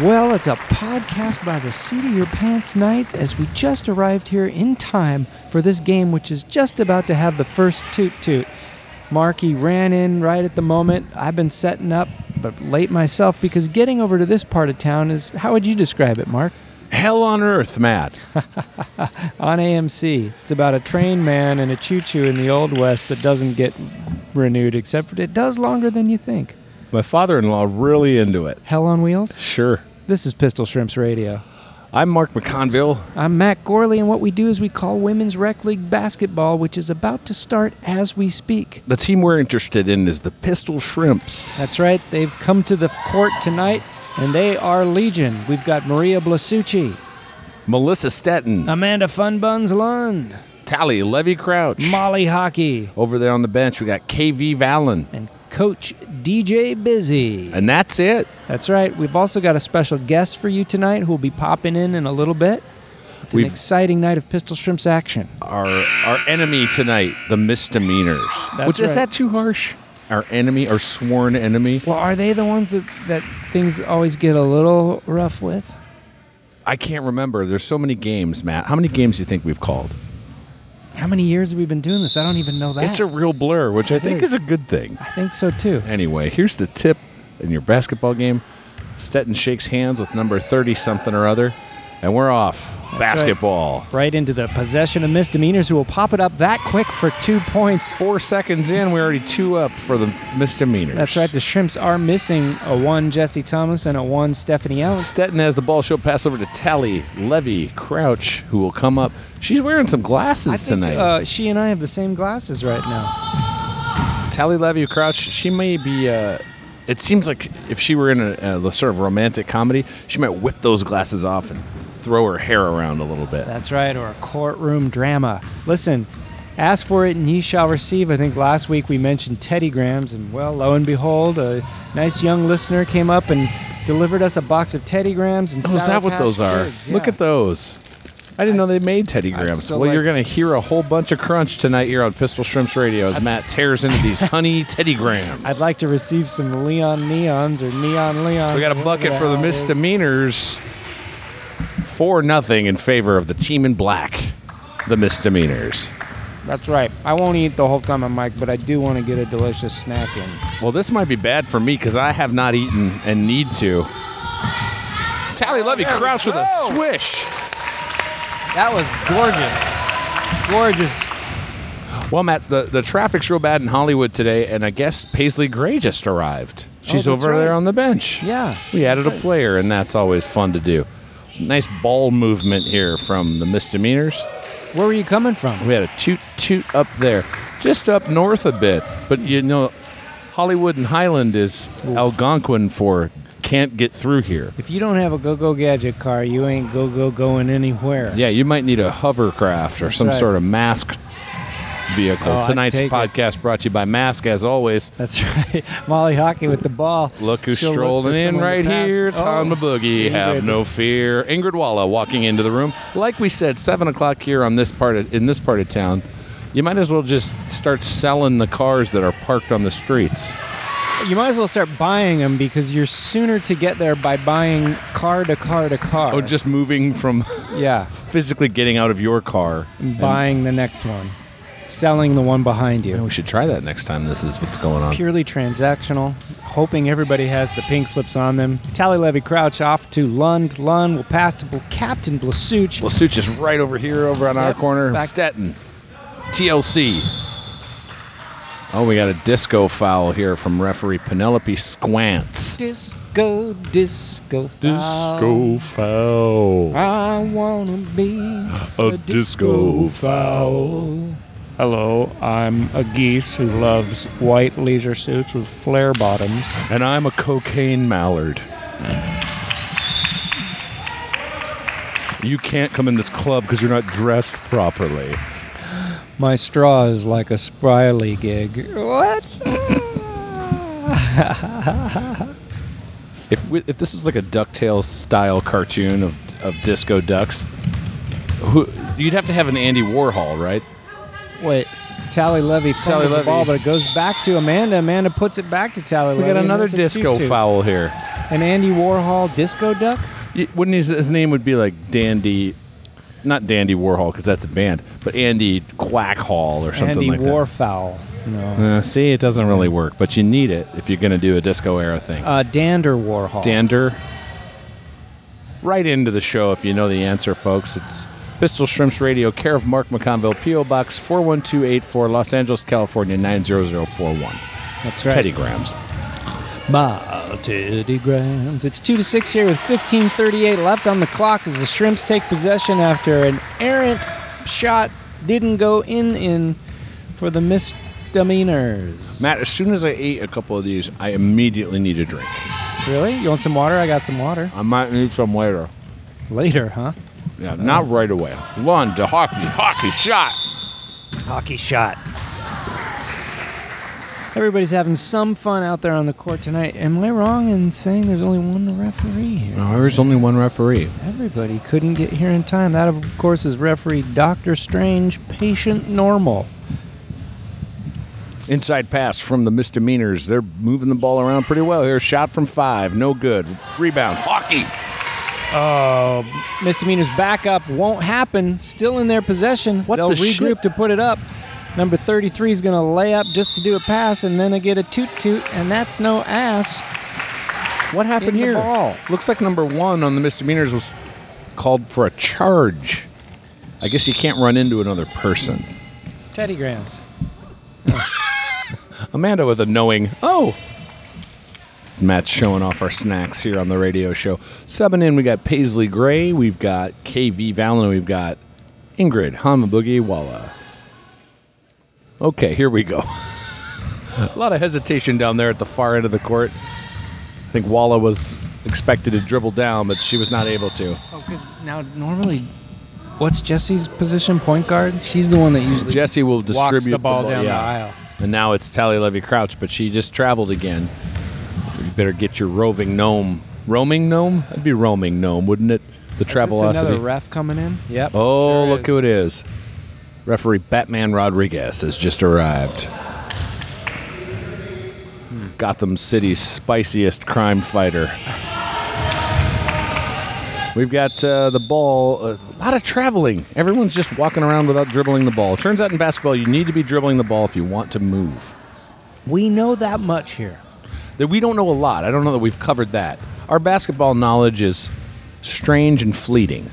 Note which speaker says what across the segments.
Speaker 1: Well, it's a podcast by the seat of your pants night as we just arrived here in time for this game, which is just about to have the first toot toot. Marky ran in right at the moment. I've been setting up, but late myself because getting over to this part of town is how would you describe it, Mark?
Speaker 2: Hell on earth, Matt.
Speaker 1: On AMC, it's about a train man and a choo choo in the Old West that doesn't get renewed, except it does longer than you think.
Speaker 2: My father in law really into it.
Speaker 1: Hell on Wheels?
Speaker 2: Sure.
Speaker 1: This is Pistol Shrimps Radio.
Speaker 2: I'm Mark McConville.
Speaker 1: I'm Matt Gorley, and what we do is we call Women's Rec League basketball, which is about to start as we speak.
Speaker 2: The team we're interested in is the Pistol Shrimps.
Speaker 1: That's right, they've come to the court tonight, and they are Legion. We've got Maria Blasucci,
Speaker 2: Melissa Stetton,
Speaker 1: Amanda Funbuns Lund,
Speaker 2: Tally Levy Crouch.
Speaker 1: Molly Hockey,
Speaker 2: Over there on the bench, we got KV Vallon.
Speaker 1: and Coach DJ Busy.
Speaker 2: And that's it.
Speaker 1: That's right, we've also got a special guest for you tonight who will be popping in in a little bit. It's an
Speaker 2: We've-
Speaker 1: exciting night of Pistol Shrimps action.
Speaker 2: Our our enemy tonight, the misdemeanors.
Speaker 1: That's
Speaker 2: Which is
Speaker 1: right.
Speaker 2: that too harsh? Our enemy, our sworn enemy.
Speaker 1: Well, are they the ones that, that things always get a little rough with?
Speaker 2: I can't remember. There's so many games, Matt. How many games do you think we've called?
Speaker 1: How many years have we been doing this? I don't even know that.
Speaker 2: It's a real blur, which I think
Speaker 1: is.
Speaker 2: is a good thing.
Speaker 1: I think so too.
Speaker 2: Anyway, here's the tip in your basketball game. Stetton shakes hands with number 30 something or other, and we're off. basketball.
Speaker 1: Right into the possession of misdemeanors, who will pop it up that quick for two points.
Speaker 2: Four seconds in, we're already two up for the misdemeanors.
Speaker 1: That's right. The Shrimps are missing a one Jesse Thomas and a one Stephanie Ellis.
Speaker 2: Stetton has the ball. She'll pass over to Tally Levy Crouch, who will come up. She's wearing some glasses
Speaker 1: I think,
Speaker 2: tonight.
Speaker 1: Uh, she and I have the same glasses right now.
Speaker 2: Tally Levy Crouch, she may be. Uh, it seems like if she were in a, a sort of romantic comedy, she might whip those glasses off and throw her hair around a little bit.
Speaker 1: That's right. Or a courtroom drama. Listen, ask for it and ye shall receive. I think last week we mentioned Teddy Grahams, and well, lo and behold, a nice young listener came up and delivered us a box of Teddy Grahams and
Speaker 2: Oh, is
Speaker 1: Sour
Speaker 2: that what
Speaker 1: Patch
Speaker 2: those are?
Speaker 1: Kids.
Speaker 2: Look
Speaker 1: Yeah.
Speaker 2: at those. I didn't know they made Teddy Grahams.
Speaker 1: still
Speaker 2: Well, you're
Speaker 1: like-
Speaker 2: going to hear a whole bunch of crunch tonight here on Pistol Shrimps Radio as Matt tears into these honey Teddy Grahams.
Speaker 1: I'd like to receive some Leon Neons or Neon Leons.
Speaker 2: we got
Speaker 1: or
Speaker 2: a
Speaker 1: whatever
Speaker 2: bucket for
Speaker 1: hell
Speaker 2: the
Speaker 1: it is.
Speaker 2: misdemeanors. Four nothing in favor of the team in black, the misdemeanors.
Speaker 1: That's right. I won't eat the whole time I'm Mike, but I do want to get a delicious snack in.
Speaker 2: Well, this might be bad for me because I have not eaten and need to. Tally Levy crouch with a
Speaker 1: go.
Speaker 2: swish.
Speaker 1: That was gorgeous. Gorgeous.
Speaker 2: Well, Matt, the, the traffic's real bad in Hollywood today, and I guess Paisley Gray just arrived. She's
Speaker 1: Oh, that's
Speaker 2: over
Speaker 1: right.
Speaker 2: there on the bench.
Speaker 1: Yeah.
Speaker 2: We added a player, and that's always fun to do. Nice ball movement here from the misdemeanors.
Speaker 1: Where were you coming from?
Speaker 2: We had a toot toot up there, just up north a bit. But you know, Hollywood and Highland is Algonquin for can't get through here.
Speaker 1: If you don't have a go go gadget car, you ain't go go going anywhere.
Speaker 2: Yeah, you might need a hovercraft or some
Speaker 1: right.
Speaker 2: sort of mask vehicle.
Speaker 1: Oh, I'd
Speaker 2: Tonight's
Speaker 1: take it.
Speaker 2: podcast brought to you by Mask, as always.
Speaker 1: That's right. Molly Hockey with the ball.
Speaker 2: Look who's
Speaker 1: She'll look for
Speaker 2: strolling in
Speaker 1: someone to
Speaker 2: right
Speaker 1: pass.
Speaker 2: here. It's
Speaker 1: Oh.
Speaker 2: on the boogie. Have
Speaker 1: Ingrid.
Speaker 2: no fear. Ingrid Walla walking into the room. Like we said, seven o'clock here on this part of, in this part of town. You might as well just start selling the cars that are parked on the streets.
Speaker 1: You might as well start buying them because you're sooner to get there by buying car to car to car.
Speaker 2: Oh, just moving from
Speaker 1: yeah.
Speaker 2: physically getting out of your car.
Speaker 1: buying the next one, selling the one behind you.
Speaker 2: We should try that next time. This is what's going on.
Speaker 1: Purely transactional, hoping everybody has the pink slips on them. Tally Levy Crouch off to Lund. Lund will pass to Bl- Captain Blasuch.
Speaker 2: Lasuch is right over here, over on our
Speaker 1: Yep,
Speaker 2: corner.
Speaker 1: back-
Speaker 2: Stetton, TLC. Oh, we got a disco foul here from referee Penelope Squants.
Speaker 1: Disco, disco,
Speaker 2: Disco foul.
Speaker 1: I wanna be
Speaker 2: A a disco disco
Speaker 1: foul. Hello, I'm a geese who loves white leisure suits with flare bottoms.
Speaker 2: And I'm a cocaine mallard. You can't come in this club because you're not dressed properly.
Speaker 1: My straw is like a spryly gig. What?
Speaker 2: If we, if this was like a Ducktales style cartoon of of disco ducks, who, you'd have to have an Andy Warhol, right?
Speaker 1: Wait, Tally Levy
Speaker 2: Tally
Speaker 1: fumbles the
Speaker 2: Levy.
Speaker 1: ball, but it goes back to Amanda. Amanda puts it back to Tally
Speaker 2: We
Speaker 1: Levy.
Speaker 2: got
Speaker 1: and
Speaker 2: another
Speaker 1: it's a
Speaker 2: disco
Speaker 1: 2-2.
Speaker 2: foul here.
Speaker 1: An Andy Warhol disco duck?
Speaker 2: Y- Wouldn't his, his name would be like Dandy, not Dandy Warhol because that's a band, but Andy Quack Hall or something
Speaker 1: Andy
Speaker 2: like
Speaker 1: Warfowl. No.
Speaker 2: that. Uh, see, it doesn't really work, but you need it if you're gonna do a disco era thing.
Speaker 1: Uh, Dander Warhol.
Speaker 2: Dander. Right into the show if you know the answer, folks. It's Pistol Shrimps Radio, care of Mark McConville, P.O. Box 41284, Los Angeles, California 90041.
Speaker 1: That's right.
Speaker 2: Teddy Grams.
Speaker 1: My Teddy Grams. It's 2 to 6 here with 1538 left on the clock as the Shrimps take possession after an errant shot didn't go in in for the misdemeanors.
Speaker 2: Matt, as soon as I ate a couple of these, I immediately need a drink.
Speaker 1: Really? You want some water? I got some water.
Speaker 2: I might need some later.
Speaker 1: Later, huh?
Speaker 2: Yeah, not right away. Lund to hockey. Hockey shot.
Speaker 1: Hockey shot. Everybody's having some fun out there on the court tonight. Am I wrong in saying there's only one referee here?
Speaker 2: No, there's only one referee.
Speaker 1: Everybody couldn't get here in time. That, of course, is referee Doctor Strange, patient normal.
Speaker 2: Inside pass from the misdemeanors. They're moving the ball around pretty well here. Shot from five. No good. Rebound. Hockey.
Speaker 1: Misdemeanors back up won't happen. Still in their possession.
Speaker 2: What
Speaker 1: They'll
Speaker 2: the
Speaker 1: regroup
Speaker 2: shit?
Speaker 1: to put it up. Number 33 is going to lay up just to do a pass, and then they get a toot toot, and that's no ass.
Speaker 2: What happened
Speaker 1: In the
Speaker 2: here?
Speaker 1: ball.
Speaker 2: Looks like number one on the misdemeanors was called for a charge. I guess you can't run into another person.
Speaker 1: Teddy Grams.
Speaker 2: Amanda with a knowing, oh. It's Matt's showing off our snacks here on the radio show. Subbing in, we got Paisley Gray, we've got KV Valen, we've got Ingrid Hamaboogie Walla. Okay, here we go. a lot of hesitation down there at the far end of the court. I think Walla was expected to dribble down, but she was not able to.
Speaker 1: Oh, because now normally, what's Jesse's position? Point guard? She's the one that usually
Speaker 2: Jesse will distribute
Speaker 1: walks the ball down the
Speaker 2: yeah.
Speaker 1: aisle.
Speaker 2: And now it's Tally Levy Crouch, but she just traveled again. You better get your roving gnome. Roaming gnome? That'd be roaming gnome, wouldn't it? The
Speaker 1: Is this another
Speaker 2: Travelocity.
Speaker 1: ref coming in? Yep.
Speaker 2: oh,
Speaker 1: sure
Speaker 2: look
Speaker 1: is.
Speaker 2: who it is. Referee Batman Rodriguez has just arrived. Gotham City's spiciest crime fighter. We've got uh, the ball. A lot of traveling. Everyone's just walking around without dribbling the ball. Turns out in basketball, you need to be dribbling the ball if you want to move
Speaker 1: We know that much here.
Speaker 2: that we don't know a lot. I don't know that we've covered that. Our basketball knowledge is strange and fleeting.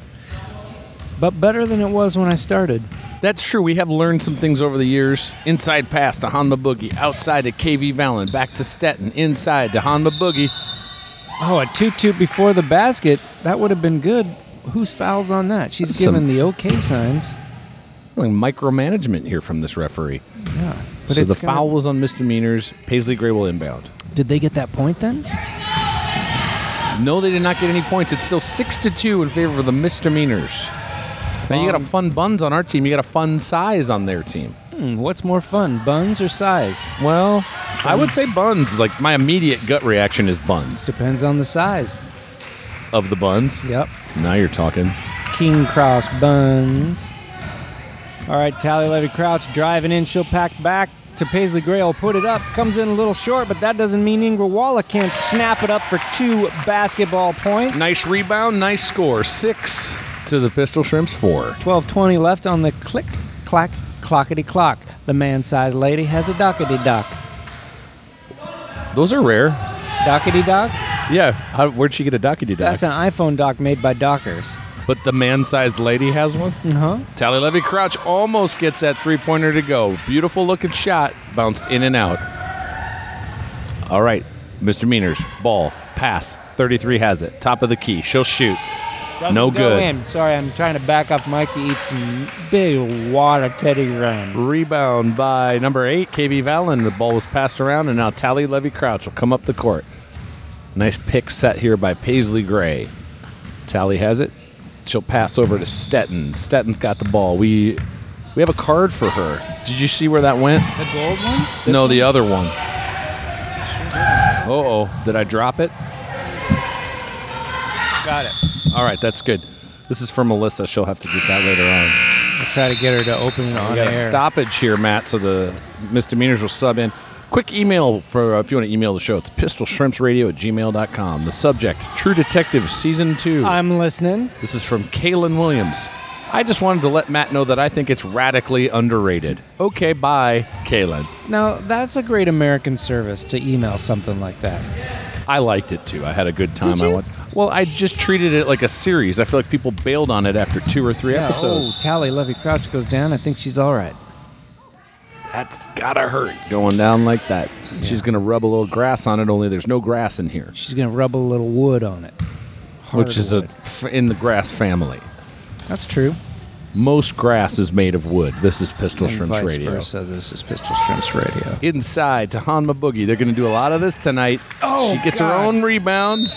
Speaker 1: But better than it was when I started.
Speaker 2: That's true. We have learned some things over the years. Inside pass to Hanma Boogie, outside to KV Valen, back to Stetton, inside to Hanma Boogie.
Speaker 1: Oh, a 2 2 before the basket. That would have been good. Whose foul's on that? She's
Speaker 2: Some-
Speaker 1: given the okay signs.
Speaker 2: Like micromanagement here from this referee.
Speaker 1: Yeah.
Speaker 2: so the
Speaker 1: it's gonna-
Speaker 2: foul was on misdemeanors. Paisley Gray will inbound.
Speaker 1: Did they get that point then?
Speaker 2: No, they did not get any points. It's still six to two in favor of the misdemeanors. Now
Speaker 1: Um,
Speaker 2: you got a fun buns on our team. You got a fun size on their team.
Speaker 1: Hmm, what's more fun, buns or size?
Speaker 2: Well, I would say buns. Like my immediate gut reaction is buns.
Speaker 1: Depends on the size.
Speaker 2: Of the buns.
Speaker 1: Yep.
Speaker 2: Now you're talking.
Speaker 1: King Cross buns. All right, Tally Levy Crouch driving in. She'll pack back to Paisley Gray. will put it up. Comes in a little short, but that doesn't mean Ingra Walla can't snap it up for two basketball points.
Speaker 2: Nice rebound, nice score. Six to the Pistol Shrimps. Four.
Speaker 1: 1220 left on the click, clack, clockety clock. The man sized lady has a dockety dock.
Speaker 2: Those are rare.
Speaker 1: Dockety dock?
Speaker 2: Yeah. How, where'd she get a dockety dock?
Speaker 1: That's an iPhone dock made by Dockers.
Speaker 2: but the man-sized lady has one.
Speaker 1: Uh huh.
Speaker 2: Tally Levy Crouch almost gets that three-pointer to go. Beautiful looking shot, bounced in and out. All right, Mr. Meaners, ball, pass. 33 has it. Top of the key. She'll shoot. No good.
Speaker 1: In. Sorry, I'm trying to back off Mike to eat some big water teddy grams.
Speaker 2: Rebound by number eight, KB Valen. The ball was passed around, and now Tally Levy Crouch will come up the court. Nice pick set here by Paisley Gray. Tally has it. She'll pass over to Stetton. Stetton's got the ball. We we have a card for her. Did you see where that went?
Speaker 1: The gold one?
Speaker 2: no, the other one. Uh oh, did I drop it?
Speaker 1: Got it.
Speaker 2: All right, that's good. This is for Melissa. She'll have to get that later on.
Speaker 1: I'll try to get her to open it on
Speaker 2: we got
Speaker 1: air.
Speaker 2: a stoppage here, Matt, so the misdemeanors will sub in. Quick email for uh, if you want to email the show. It's pistolshrimpsradio at gmail.com. The subject True Detective Season 2.
Speaker 1: I'm listening.
Speaker 2: this is from Kaylin Williams. I just wanted to let Matt know that I think it's radically underrated. Okay, bye, Kaylin.
Speaker 1: Now that's a great American service to email something like that.
Speaker 2: I liked it too. I had a good time.
Speaker 1: Did you?
Speaker 2: I went, well, I just treated it like a series. I feel like people bailed on it after two or three episodes.
Speaker 1: Oh, Tally Levy Crouch goes down. I think she's all right.
Speaker 2: That's gotta hurt going down like that. She's gonna rub a little grass on it. Only there's no grass in here.
Speaker 1: She's gonna rub a little wood on it,
Speaker 2: which is a
Speaker 1: Hardwood.
Speaker 2: f- in the grass family.
Speaker 1: That's true.
Speaker 2: Most grass is made of wood. This is Pistol
Speaker 1: And
Speaker 2: Shrimps
Speaker 1: vice
Speaker 2: Radio.
Speaker 1: versa. This is Pistol Shrimps Radio.
Speaker 2: Inside to Hanma Boogie. They're going to do a lot of this tonight.
Speaker 1: Oh,
Speaker 2: she gets her
Speaker 1: God.
Speaker 2: own rebound.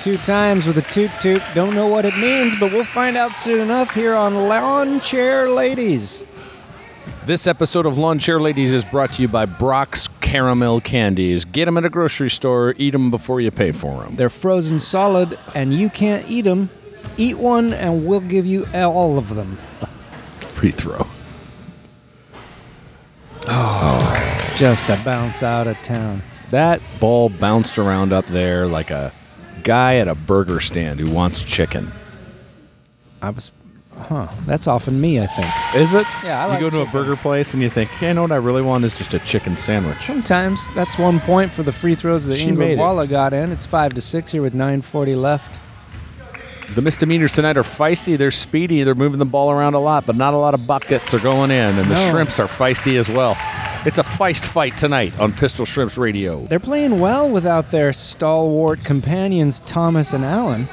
Speaker 1: Two times with a toot toot. Don't know what it means, but we'll find out soon enough here on Lawn Chair Ladies.
Speaker 2: This episode of Lawn Chair Ladies is brought to you by Brock's Caramel Candies. Get them at a grocery store. Eat them before you pay for them.
Speaker 1: They're frozen solid, and you can't eat them. Eat one, and we'll give you all of them.
Speaker 2: Free throw.
Speaker 1: Just to bounce out of town.
Speaker 2: That ball bounced around up there like a guy at a burger stand who wants chicken.
Speaker 1: I was, huh? That's often me, I think.
Speaker 2: Is it?
Speaker 1: Yeah, I
Speaker 2: you
Speaker 1: like
Speaker 2: go to a
Speaker 1: chicken.
Speaker 2: burger place and you think, yeah, you know what I really want is just a chicken sandwich.
Speaker 1: Sometimes that's one point for the free throws that
Speaker 2: She
Speaker 1: Ingrid
Speaker 2: made it.
Speaker 1: Walla got in. It's five to six here with 9:40 left.
Speaker 2: The misdemeanors tonight are feisty. They're speedy. They're moving the ball around a lot, but not a lot of buckets are going in. And the
Speaker 1: No.
Speaker 2: shrimps are feisty as well. It's a feist fight tonight on Pistol Shrimps Radio.
Speaker 1: They're playing well without their stalwart companions Thomas and Allen.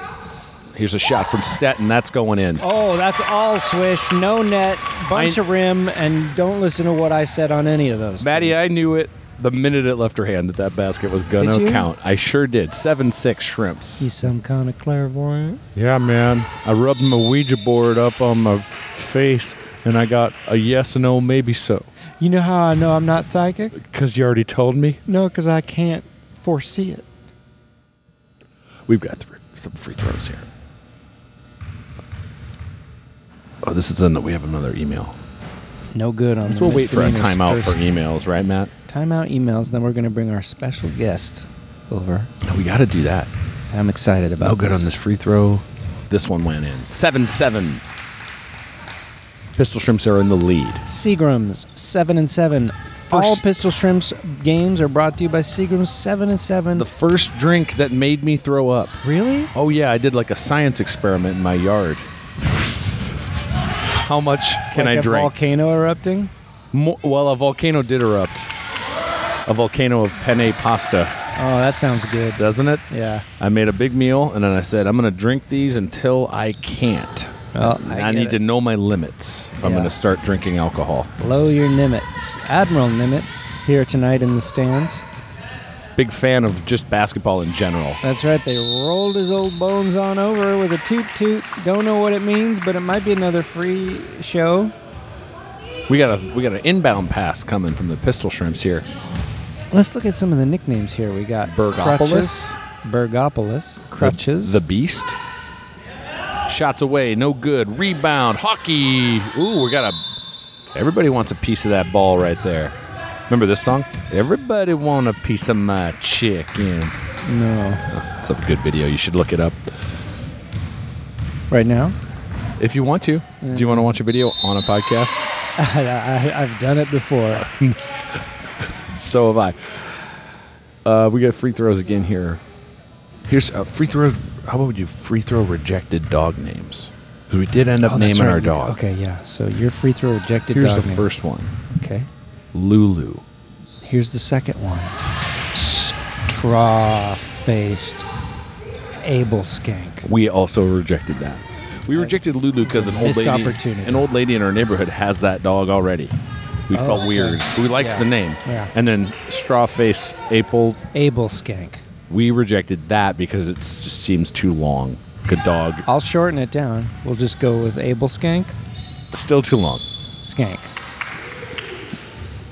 Speaker 2: Here's a shot from Stetton. That's going in.
Speaker 1: Oh, that's all swish, no net, bunch
Speaker 2: I-
Speaker 1: of rim, and don't listen to what I said on any of those.
Speaker 2: Maddie, I
Speaker 1: things.
Speaker 2: knew it the minute it left her hand that that basket was going
Speaker 1: Did
Speaker 2: to
Speaker 1: you?
Speaker 2: count. I sure did. 7 6 shrimps.
Speaker 1: you some kind of clairvoyant.
Speaker 2: Yeah, man. I rubbed my Ouija board up on my face and I got a yes and no, maybe so.
Speaker 1: You know how I know I'm not psychic?
Speaker 2: Because you already told me.
Speaker 1: No, because I can't foresee it.
Speaker 2: We've got three, some free throws here. Oh, this is in. We have another email.
Speaker 1: No good on.
Speaker 2: This
Speaker 1: the
Speaker 2: we'll wait for a
Speaker 1: misdemeanors
Speaker 2: timeout for
Speaker 1: first.
Speaker 2: emails, right, Matt?
Speaker 1: timeout emails. Then we're going to bring our special guest over.
Speaker 2: No, we got to do that.
Speaker 1: I'm excited about.
Speaker 2: No good on this free throw. This one went in. Seven seven. Pistol shrimps are in the lead.
Speaker 1: Seagram's seven and seven. All Pistol Shrimps games are brought to you by Seagram's seven and seven.
Speaker 2: The first drink that made me throw up.
Speaker 1: really?
Speaker 2: Oh yeah, I did like a science experiment in my yard. How much can
Speaker 1: Like
Speaker 2: I
Speaker 1: a
Speaker 2: drink?
Speaker 1: Volcano erupting.
Speaker 2: Mo- well, a volcano did erupt. A volcano of penne pasta,
Speaker 1: Oh, that sounds good.
Speaker 2: doesn't it?
Speaker 1: Yeah.
Speaker 2: I made a big meal and then I said, I'm going to drink these until I can't.
Speaker 1: Well,
Speaker 2: I,
Speaker 1: Oh, I, get
Speaker 2: need
Speaker 1: it.
Speaker 2: to know my limits if I'm
Speaker 1: Yeah.
Speaker 2: going to start drinking alcohol.
Speaker 1: blow your Nimitz. Admiral Nimitz here tonight in the stands.
Speaker 2: Big fan of just basketball in general.
Speaker 1: That's right. They rolled his old bones on over with a toot toot. Don't know what it means, but it might be another free show.
Speaker 2: We got a we got an inbound pass coming from the Pistol Shrimps here.
Speaker 1: Let's look at some of the nicknames here. We got
Speaker 2: Bergopolis.
Speaker 1: Crutches, Bergopolis, Crutches,
Speaker 2: The Beast. Shots away, no good. Rebound, hockey. Ooh, we got a. Everybody wants a piece of that ball right there. Remember this song? Everybody want a piece of my chicken.
Speaker 1: no,
Speaker 2: It's a good video. You should look it up.
Speaker 1: right now.
Speaker 2: If you want to, do you want to watch a video on a podcast?
Speaker 1: I, I, I've done it before.
Speaker 2: So have I. Uh, we got free throws again here. Here's uh, free throw. How about we do free throw rejected dog names? 'Cause we did end up
Speaker 1: Oh, that's
Speaker 2: naming
Speaker 1: right.
Speaker 2: our dog.
Speaker 1: Okay, yeah. So your free throw rejected.
Speaker 2: Here's
Speaker 1: dog
Speaker 2: the
Speaker 1: name.
Speaker 2: first one,
Speaker 1: Okay.
Speaker 2: Lulu.
Speaker 1: Here's the second one. Straw-faced Abel Skank.
Speaker 2: We also rejected that. We rejected Lulu because an old
Speaker 1: Missed
Speaker 2: lady,
Speaker 1: opportunity.
Speaker 2: an old lady in our neighborhood has that dog already. We
Speaker 1: Oh,
Speaker 2: felt
Speaker 1: okay.
Speaker 2: weird. We liked
Speaker 1: Yeah.
Speaker 2: the name.
Speaker 1: Yeah.
Speaker 2: And then straw face April.
Speaker 1: Abel Skank.
Speaker 2: We rejected that because it just seems too long. Good dog.
Speaker 1: I'll shorten it down. We'll just go with Abel Skank.
Speaker 2: Still too long.
Speaker 1: Skank.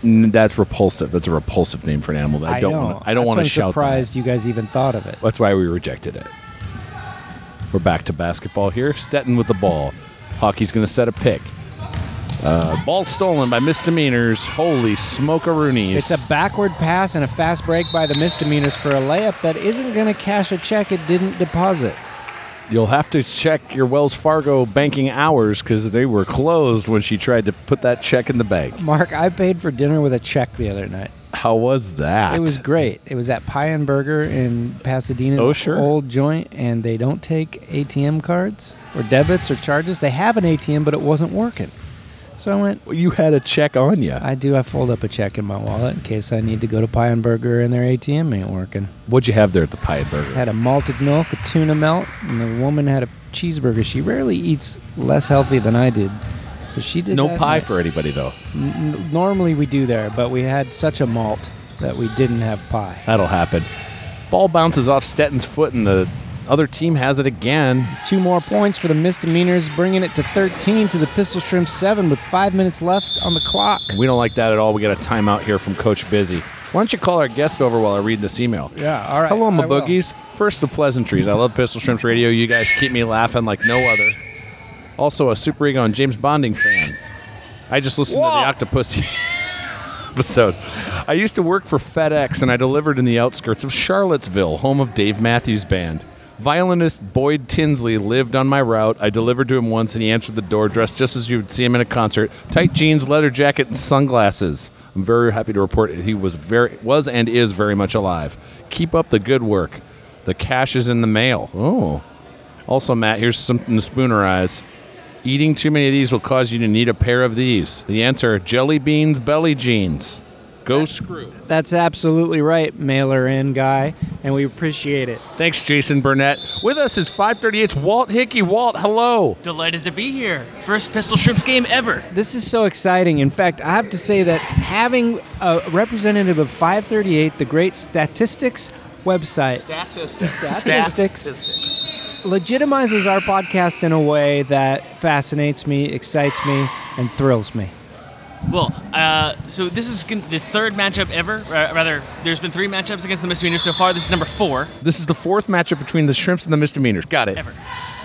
Speaker 2: N- That's repulsive. That's a repulsive name for an animal. That I don't.
Speaker 1: know.
Speaker 2: Wanna, I don't
Speaker 1: That's
Speaker 2: want
Speaker 1: why
Speaker 2: to
Speaker 1: I'm
Speaker 2: shout. that.
Speaker 1: Surprised you guys even thought of it.
Speaker 2: That's why we rejected it. We're back to basketball here. Stetton with the ball. Hockey's going to set a pick. Uh, ball stolen by misdemeanors. Holy smokeroonies.
Speaker 1: It's a backward pass and a fast break by the misdemeanors for a layup that isn't going to cash a check it didn't deposit.
Speaker 2: You'll have to check your Wells Fargo banking hours because they were closed when she tried to put that check in the bank.
Speaker 1: Mark, I paid for dinner with a check the other night.
Speaker 2: How was that?
Speaker 1: It was great. It was at Pie and Burger in Pasadena,
Speaker 2: Oh, sure.
Speaker 1: old joint, and they don't take ATM cards or debits or charges. They have an ATM, but it wasn't working. So I went.
Speaker 2: Well, You had a check on you.
Speaker 1: I do. I fold up a check in my wallet in case I need to go to Pie and Burger and their ATM ain't working.
Speaker 2: What'd you have there at the Pie Burger?
Speaker 1: Had a malted milk, a tuna melt, and the woman had a cheeseburger. She rarely eats less healthy than I did, but she did.
Speaker 2: no
Speaker 1: that
Speaker 2: pie
Speaker 1: night.
Speaker 2: for anybody though.
Speaker 1: N- normally we do there, but we had such a malt that we didn't have pie.
Speaker 2: That'll happen. Ball bounces off Stetton's foot, and the other team has it again.
Speaker 1: Two more points for the misdemeanors, bringing it to 13 to the Pistol Shrimp 7 with five minutes left on the clock.
Speaker 2: We don't like that at all. We got a timeout here from Coach Busy. Why don't you call our guest over while I read this email?
Speaker 1: Yeah, all right.
Speaker 2: Hello, my
Speaker 1: I will.
Speaker 2: boogies. First, the pleasantries. I love Pistol Shrimps Radio. You guys keep me laughing like no other. Also, a super ego and James Bonding fan. I just listened
Speaker 1: Whoa.
Speaker 2: to the Octopus episode. I used to work for FedEx, and I delivered in the outskirts of Charlottesville, home of Dave Matthews Band. Violinist Boyd Tinsley lived on my route. I delivered to him once, and he answered the door dressed just as you would see him in a concert: tight jeans, leather jacket, and sunglasses. I'm very happy to report that he was very was and is very much alive. Keep up the good work. The cash is in the mail. Oh. Also, Matt, here's something to spoon our eyes. Eating too many of these will cause you to need a pair of these. The answer jelly beans, belly jeans. Go screw.
Speaker 1: That's absolutely right, mailer in guy, and we appreciate it.
Speaker 2: Thanks, Jason Burnett. With us is 538's Walt Hickey. Walt, hello.
Speaker 3: Delighted to be here. First Pistol Shrimps game ever.
Speaker 1: This is so exciting. In fact, I have to say that having a representative of 538, the great statistics website,
Speaker 3: Statistics.
Speaker 1: Statistics. legitimizes our podcast in a way that fascinates me, excites me, and thrills me.
Speaker 3: Well, uh, so this is gon- the third matchup ever. Uh, rather, there's been three matchups against the misdemeanors so far. This is number four
Speaker 2: This is the fourth matchup between the Shrimps and the Misdemeanors. Got it.
Speaker 3: ever.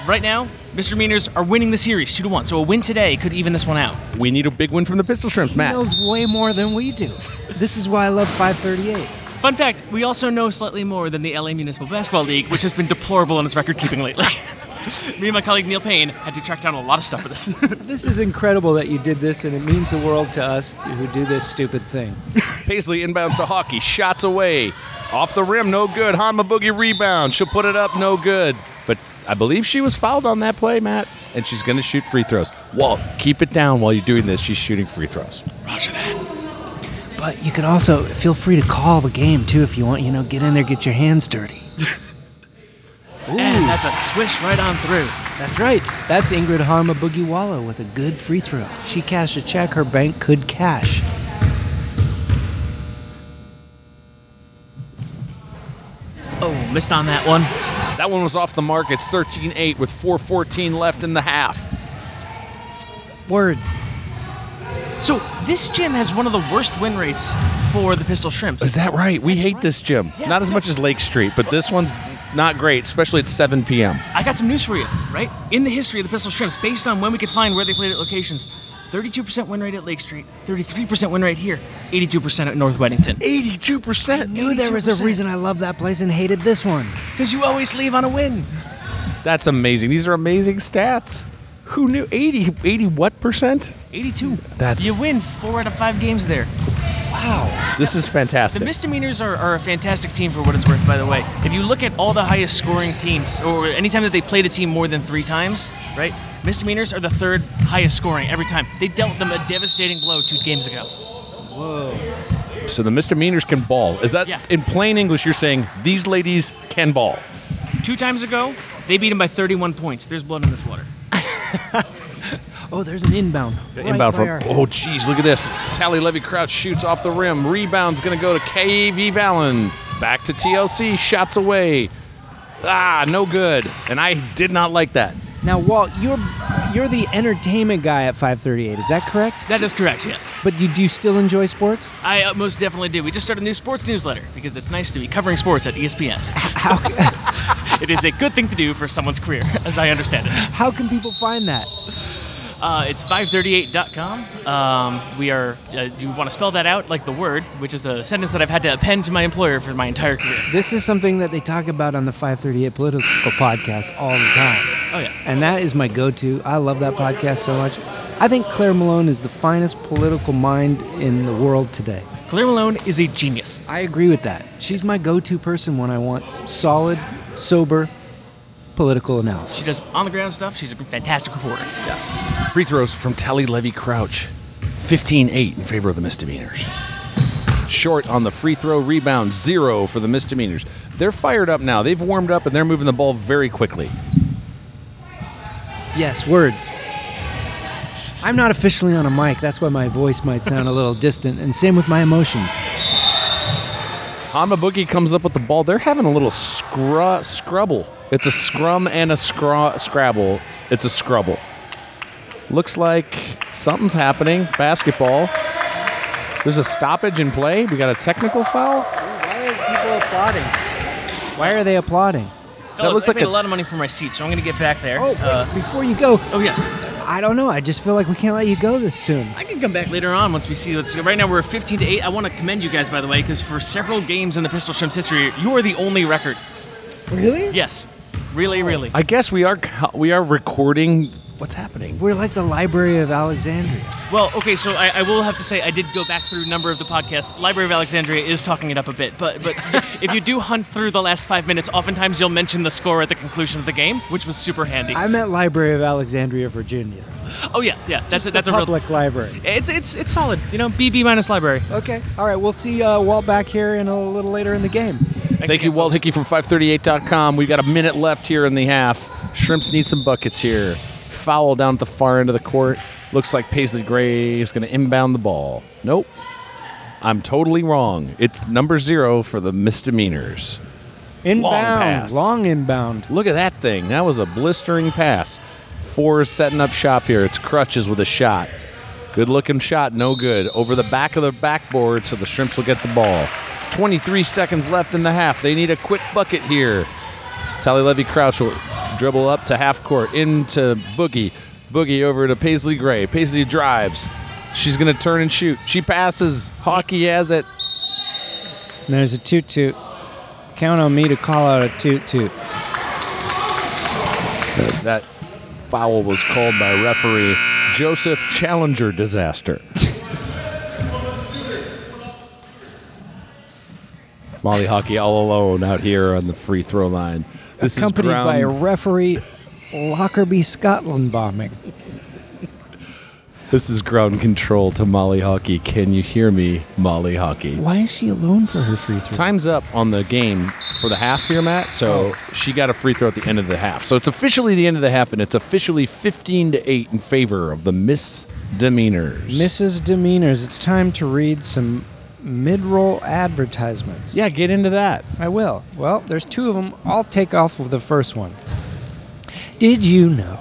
Speaker 3: Right now, misdemeanors are winning the series two to one. So a win today could even this one out.
Speaker 2: We need a big win from the Pistol Shrimps,
Speaker 1: He
Speaker 2: Matt.
Speaker 1: knows way more than we do. This is why I love 538.
Speaker 3: Fun fact: We also know slightly more than the LA Municipal Basketball League, which has been deplorable in its record keeping lately. Me and my colleague Neil Payne had to track down a lot of stuff for this.
Speaker 1: This is incredible that you did this, and it means the world to us who do this stupid thing.
Speaker 2: Paisley inbounds to Hockey. Shots away. Off the rim, no good. Hama Boogie rebound. She'll put it up, no good. But I believe she was fouled on that play, Matt, and she's going to shoot free throws. Walt, keep it down while you're doing this. She's shooting free throws.
Speaker 3: Roger that.
Speaker 1: But you can also feel free to call the game too if you want. You know, get in there, get your hands dirty.
Speaker 3: And that's a swish right on through.
Speaker 1: That's right. That's Ingrid Harma Boogie Walla with a good free throw. She cashed a check her bank could cash.
Speaker 3: Oh, missed on that one.
Speaker 2: That one was off the mark. It's 13 8 with 4.14 left in the half.
Speaker 1: Words.
Speaker 3: So this gym has one of the worst win rates for the Pistol Shrimps.
Speaker 2: Is that right? We hate
Speaker 3: right.
Speaker 2: this gym.
Speaker 3: Yeah,
Speaker 2: not as
Speaker 3: no.
Speaker 2: much as Lake Street, but this one's not great, especially at 7 p.m.
Speaker 3: I got some news for you, right? In the history of the Pistol Shrimps, based on when we could find where they played at locations, 32% win rate at Lake Street, 33% win rate here, 82% at North Weddington.
Speaker 2: 82%.
Speaker 1: Knew there was a
Speaker 3: 82%.
Speaker 1: reason I loved that place and hated this one.
Speaker 3: Because you always leave on a win.
Speaker 2: That's amazing. These are amazing stats. Who knew? 80, 80 what percent?
Speaker 3: 82.
Speaker 2: That's-
Speaker 3: You win four out of five games there.
Speaker 2: This is
Speaker 3: The
Speaker 2: fantastic.
Speaker 3: misdemeanors are, are a fantastic team for what it's worth, by the way. If you look at all the highest scoring teams, or anytime that they played a team more than three times, right? Misdemeanors are the third highest scoring every time. They dealt them a devastating blow two games ago.
Speaker 2: so the misdemeanors can ball. Is that
Speaker 3: Yeah.
Speaker 2: in plain English? You're saying these ladies can ball.
Speaker 3: Two times ago, they beat him by 31 points. There's blood in this water.
Speaker 1: Oh, there's an inbound. Right
Speaker 2: Inbound
Speaker 1: by
Speaker 2: from.
Speaker 1: our-
Speaker 2: Oh, geez, look at this. Tally Levy Crouch shoots off the rim. Rebound's going to go to KV Valen. Back to TLC. Shots away. Ah, no good. And I did not like that.
Speaker 1: Now, Walt, you're you're the entertainment guy at 538. Is that correct?
Speaker 3: That is correct, yes.
Speaker 1: But you do you still enjoy sports?
Speaker 3: I uh, most definitely do. We just started a new sports newsletter because it's nice to be covering sports at E ESPN. it is a good thing to do for someone's career, as I understand it.
Speaker 1: How can people find that?
Speaker 3: Uh, it's 538.com. Um, we are, uh, do you want to spell that out like the word, which is a sentence that I've had to append to my employer for my entire career.
Speaker 1: This is something that they talk about on the 538 Political podcast all the time.
Speaker 3: Oh, yeah.
Speaker 1: And that is my go to. I love that podcast so much. I think Claire Malone is the finest political mind in the world today.
Speaker 3: Claire Malone is a genius.
Speaker 1: I agree with that. She's my go to person when I want s- solid, sober political analysis.
Speaker 3: She does on the ground stuff. She's a fantastic reporter.
Speaker 2: Free throws from Tally Levy Crouch. 15 8 in favor of the misdemeanors. Short on the free throw rebound, zero for the misdemeanors. They're fired up now. They've warmed up and they're moving the ball very quickly.
Speaker 1: Yes, words. I'm not officially on a mic. That's why my voice might sound a little distant. And same with my emotions.
Speaker 2: Hamabuki comes up with the ball. They're having a little scru- scrubble. It's a scrum and a scra- scrabble. It's a scrubble. Looks like something's happening. Basketball. There's a stoppage in play. We got a technical foul.
Speaker 1: Why are people applauding? Why are they applauding?
Speaker 3: Fellas,
Speaker 2: looked
Speaker 3: I
Speaker 2: like
Speaker 3: paid
Speaker 2: a-
Speaker 3: a lot of money for my seat, so I'm going to get back there.
Speaker 1: Oh, wait,
Speaker 3: Uh,
Speaker 1: before you go,
Speaker 3: oh yes.
Speaker 1: I don't know. I just feel like we can't let you go this soon.
Speaker 3: I can come back later on once we see what's. Right now we're 15 to 8. I want to commend you guys, by the way, because for several games in the Pistol Shrimp's history, you are the only record.
Speaker 1: Really?
Speaker 3: Yes. Really, really.
Speaker 2: I guess we are co- we are recording. What's happening?
Speaker 1: We're like the Library of Alexandria.
Speaker 3: Well, okay, so I, I will have to say I did go back through a number of the podcasts. Library of Alexandria is talking it up a bit, but but if you do hunt through the last five minutes, oftentimes you'll mention the score at the conclusion of the game, which was super handy.
Speaker 1: I'm at Library of Alexandria, Virginia.
Speaker 3: oh yeah, yeah, that's a,
Speaker 1: The
Speaker 3: that's a real.
Speaker 1: public library.
Speaker 3: It's it's it's solid, you know. BB minus library.
Speaker 1: Okay. All right. We'll see uh, Walt back here in a little later in the game.
Speaker 2: Thank you, Walt Hickey from 538.com. We've got a minute left here in the half. Shrimps need some buckets here. Foul down at the far end of the court. Looks like Paisley Gray is going to inbound the ball. Nope. I'm totally wrong. It's number zero for the misdemeanors.
Speaker 1: Inbound.
Speaker 2: pass.
Speaker 1: long inbound.
Speaker 2: Look at that thing. That was a blistering pass. Four is setting up shop here. It's crutches with a shot. Good looking shot, no good. Over the back of the backboard, so the Shrimps will get the ball. 23 seconds left in the half. They need a quick bucket here. Tally Levy Crouch will dribble up to half court, into Boogie. Boogie over to Paisley Gray. Paisley drives. She's going to turn and shoot. She passes. Hockey has it.
Speaker 1: And there's a toot toot. Count on me to call out a toot toot.
Speaker 2: That foul was called by referee Joseph Challenger disaster. Molly Hockey all alone out here on the free throw line. This is
Speaker 1: Accompanied by a
Speaker 2: ground,
Speaker 1: referee, Lockerbie Scotland bombing.
Speaker 2: this is ground control to Molly Hockey. Can you hear me, Molly Hockey?
Speaker 1: Why is she alone for her free throw?
Speaker 2: Time's up on the game for the half here, Matt. So
Speaker 1: Oh.
Speaker 2: she got a free throw at the end of the half. So it's officially the end of the half, and it's officially 15 to 8 in favor of the misdemeanors.
Speaker 1: Mrs. Demeanors, it's time to read some mid-roll advertisements.
Speaker 2: yeah, get into that.
Speaker 1: I will. Well, there's two of them. I'll take off of the first one. Did you know?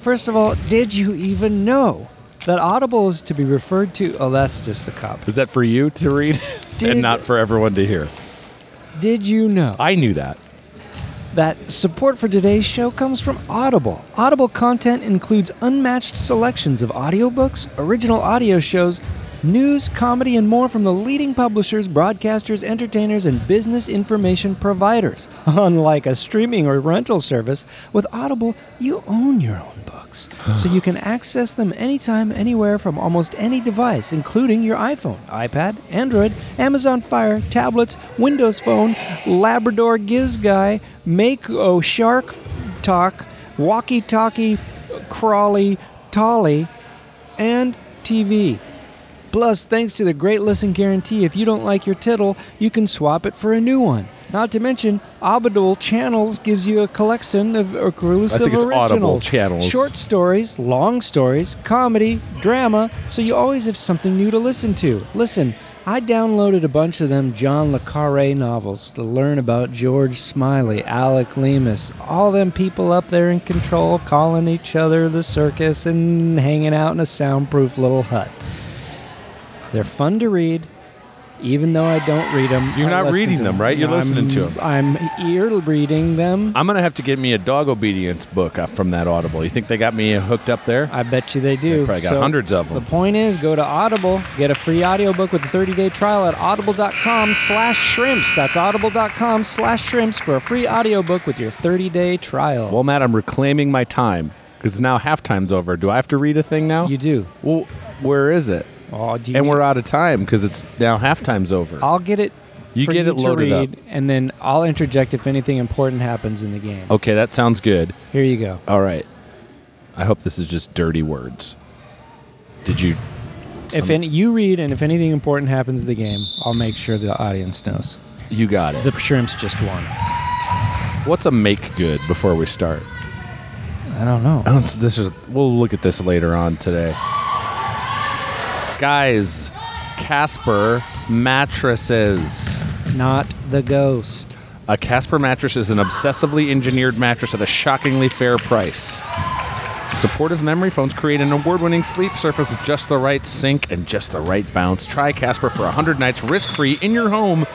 Speaker 1: First of all, did you even know that Audible is to be referred to? Oh, that's just a cop.
Speaker 2: Is that for you to read
Speaker 1: Did-
Speaker 2: and not for everyone to hear?
Speaker 1: Did you know
Speaker 2: I knew that.
Speaker 1: that support for today's show comes from Audible? Audible content includes unmatched selections of audiobooks, original audio shows, news, comedy, and more from the leading publishers, broadcasters, entertainers, and business information providers. Unlike a streaming or rental service, with Audible, you own your own books. so you can access them anytime, anywhere from almost any device, including your iPhone, iPad, Android, Amazon Fire, tablets, Windows Phone, Labrador Giz Guy, Mako Shark Talk, Walkie Talkie, Crawly, Tolly, and TV. Plus, thanks to the Great Listen Guarantee, if you don't like your tittle, you can swap it for a new one. Not to mention, Audible Channels gives you a collection of exclusive
Speaker 2: it's Audible
Speaker 1: originals,
Speaker 2: Channels.
Speaker 1: short stories, long stories, comedy, drama, so you always have something new to listen to. Listen, I downloaded a bunch of them John le Carre novels to learn about George Smiley, Alec Lemus, all them people up there in control calling each other the circus and hanging out in a soundproof little hut. They're fun to read, even though I don't read them.
Speaker 2: You're
Speaker 1: I
Speaker 2: not
Speaker 1: listen
Speaker 2: reading
Speaker 1: to
Speaker 2: them, right? You're
Speaker 1: I'm-
Speaker 2: listening to 'em.
Speaker 1: I'm ear reading them.
Speaker 2: I'm gonna have to get me a dog obedience book uh, from that Audible. You think they got me uh, hooked up there?
Speaker 1: I bet you they do.
Speaker 2: They probably got hundreds of 'em.
Speaker 1: The point is, go to Audible, get a free audiobook with a 30-day trial at audible.com slash shrimps. That's audible.com slash shrimps for a free audiobook with your 30-day trial.
Speaker 2: well, Matt, I'm reclaiming my time because now halftime's over. Do I have to read a thing now?
Speaker 1: you do.
Speaker 2: Well, where is it?
Speaker 1: Oh, do you
Speaker 2: And we're out of time because it's now halftime's over.
Speaker 1: I'll get it
Speaker 2: You
Speaker 1: for
Speaker 2: get
Speaker 1: you
Speaker 2: it
Speaker 1: to
Speaker 2: loaded up.
Speaker 1: read, and then I'll interject if anything important happens in the game.
Speaker 2: okay, that sounds good.
Speaker 1: Here you go.
Speaker 2: All right. I hope this is just dirty words. Did you?
Speaker 1: If any, you read, and if anything important happens in the game, I'll make sure the audience knows.
Speaker 2: You got it.
Speaker 1: The shrimps just won.
Speaker 2: What's a make good before we start?
Speaker 1: I don't know.
Speaker 2: Oh, it's- this is. We'll look at this later on today. Guys, Casper mattresses.
Speaker 1: Not the ghost.
Speaker 2: A Casper mattress is an obsessively engineered mattress at a shockingly fair price. Supportive memory foams create an award winning sleep surface with just the right sink and just the right bounce. Try Casper for 100 nights risk free in your home.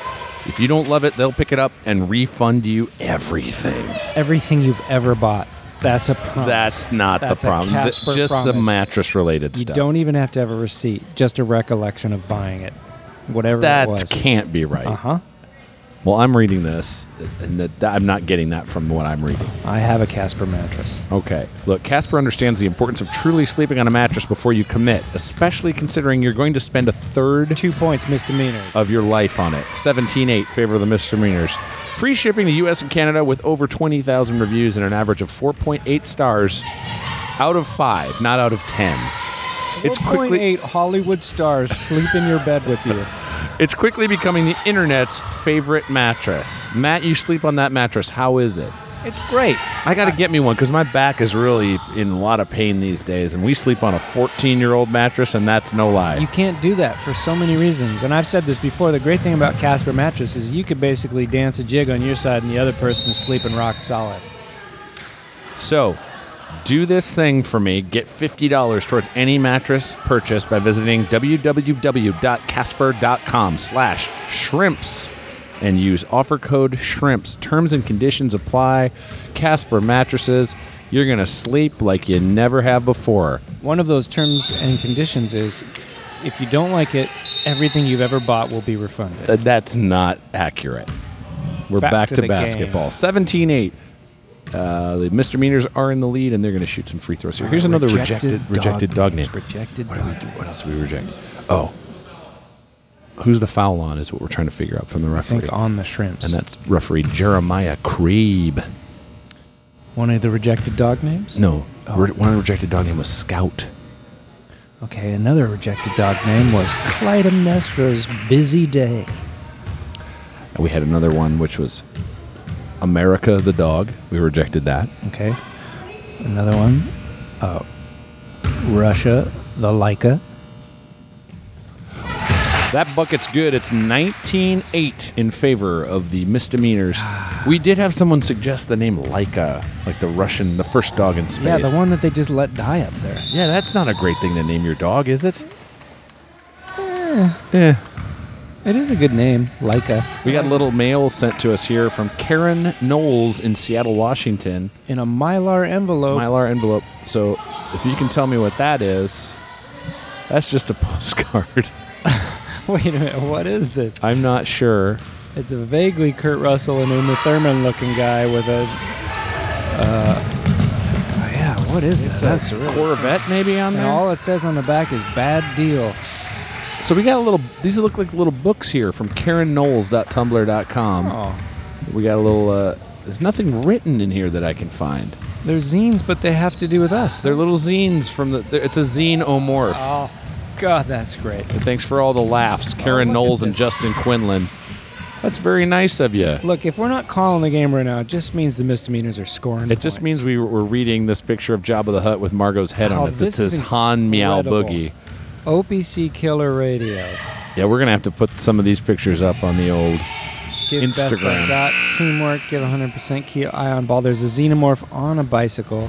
Speaker 2: If you don't love it, they'll pick it up and refund you everything.
Speaker 1: Everything you've ever bought. That's a promise.
Speaker 2: That's not
Speaker 1: That's
Speaker 2: the
Speaker 1: a
Speaker 2: problem. Th-
Speaker 1: Casper
Speaker 2: just the
Speaker 1: promise.
Speaker 2: mattress related
Speaker 1: You
Speaker 2: stuff.
Speaker 1: don't even have to have a receipt. Just a recollection of buying it. Whatever
Speaker 2: that
Speaker 1: it was.
Speaker 2: can't be right.
Speaker 1: uh huh.
Speaker 2: Uh-huh. Well, I'm reading this, and the, I'm not getting that from what I'm reading.
Speaker 1: I have a Casper mattress.
Speaker 2: Okay. Look, Casper understands the importance of truly sleeping on a mattress before you commit, especially considering you're going to spend a third
Speaker 1: Two points misdemeanors.
Speaker 2: of your life on it. 17.8 favor of the misdemeanors. Free shipping to US and Canada with over 20,000 reviews and an average of 4.8 stars out of 5, not out of 10. It's quickly
Speaker 1: 4.8 Hollywood stars sleep in your bed with you.
Speaker 2: it's quickly becoming the internet's favorite mattress. Matt, you sleep on that mattress. How is it?
Speaker 1: It's great.
Speaker 2: I got to get me one because my back is really in a lot of pain these days, and we sleep on a 14 year old mattress, and that's no lie.
Speaker 1: You can't do that for so many reasons. And I've said this before. The great thing about Casper mattress is you could basically dance a jig on your side and the other person's sleeping rock solid.
Speaker 2: so, do this thing for me. Get $50 towards any mattress purchase by visiting www.casper.com slash shrimps and use offer code shrimps. Terms and conditions apply. Casper mattresses. You're going to sleep like you never have before.
Speaker 1: One of those terms and conditions is if you don't like it, everything you've ever bought will be refunded.
Speaker 2: Th- Uh, That's not accurate. We're back,
Speaker 1: Back
Speaker 2: to,
Speaker 1: to the
Speaker 2: basketball. 17 8. Uh, the misdemeanors are in the lead, and they're going to shoot some free throws here. Here's another rejected rejected dog, name.
Speaker 1: names. Rejected
Speaker 2: What,
Speaker 1: dog.
Speaker 2: do we do? what else do we reject? Oh. Who's the foul on is what we're trying to figure out from the
Speaker 1: I think
Speaker 2: referee.
Speaker 1: on the shrimps.
Speaker 2: And that's referee Jeremiah Krebe.
Speaker 1: one of the rejected dog names?
Speaker 2: No, re- one of the rejected dog name was Scout.
Speaker 1: Okay, another rejected dog name was Clytemnestra's Busy Day.
Speaker 2: And we had another one, which was America the dog. We rejected that.
Speaker 1: Okay. Another one. Uh, Russia, the Leica.
Speaker 2: That bucket's good. It's 19 8 in favor of the misdemeanors. We did have someone suggest the name Laika, like the Russian, the first dog in space.
Speaker 1: Yeah, the one that they just let die up there.
Speaker 2: Yeah, that's not a great thing to name your dog, is it?
Speaker 1: It is a good name, Leica.
Speaker 2: We got a little mail sent to us here from Karen Knowles in Seattle, Washington.
Speaker 1: in a mylar envelope.
Speaker 2: Mylar envelope. So if you can tell me what that is, that's just a postcard.
Speaker 1: Wait a minute, what is this?
Speaker 2: I'm not sure.
Speaker 1: It's a vaguely Kurt Russell and Uma Thurman looking guy with a. Uh, oh yeah, what is this? That's really
Speaker 2: Corvette maybe on
Speaker 1: And
Speaker 2: there?
Speaker 1: all it says on the back is "bad deal."
Speaker 2: So we got a little. These look like little books here from KarenKnowles.tumblr.com.
Speaker 1: Oh.
Speaker 2: We got a little. Uh, there's nothing written in here that I can find.
Speaker 1: They're zines, but they have to do with us.
Speaker 2: They're little zines from the. they're- It's a zine omorph.
Speaker 1: oh, God, that's great.
Speaker 2: Thanks for all the laughs,
Speaker 1: look
Speaker 2: Karen
Speaker 1: at
Speaker 2: Knowles and
Speaker 1: this.
Speaker 2: Justin Quinlan. That's very nice of you.
Speaker 1: Look, if we're not calling the game right now, it just means the misdemeanors are scoring.
Speaker 2: It just means we were reading this picture of Jabba the Hutt with Margot's head
Speaker 1: Oh,
Speaker 2: on it that
Speaker 1: this is
Speaker 2: says Han Meow
Speaker 1: incredible.
Speaker 2: Boogie.
Speaker 1: OPC Killer Radio.
Speaker 2: Yeah, we're gonna have to put some of these pictures up on the old.
Speaker 1: Give best
Speaker 2: Instagram.
Speaker 1: I got. Teamwork. Give 100% key eye on ball. There's a xenomorph on a bicycle.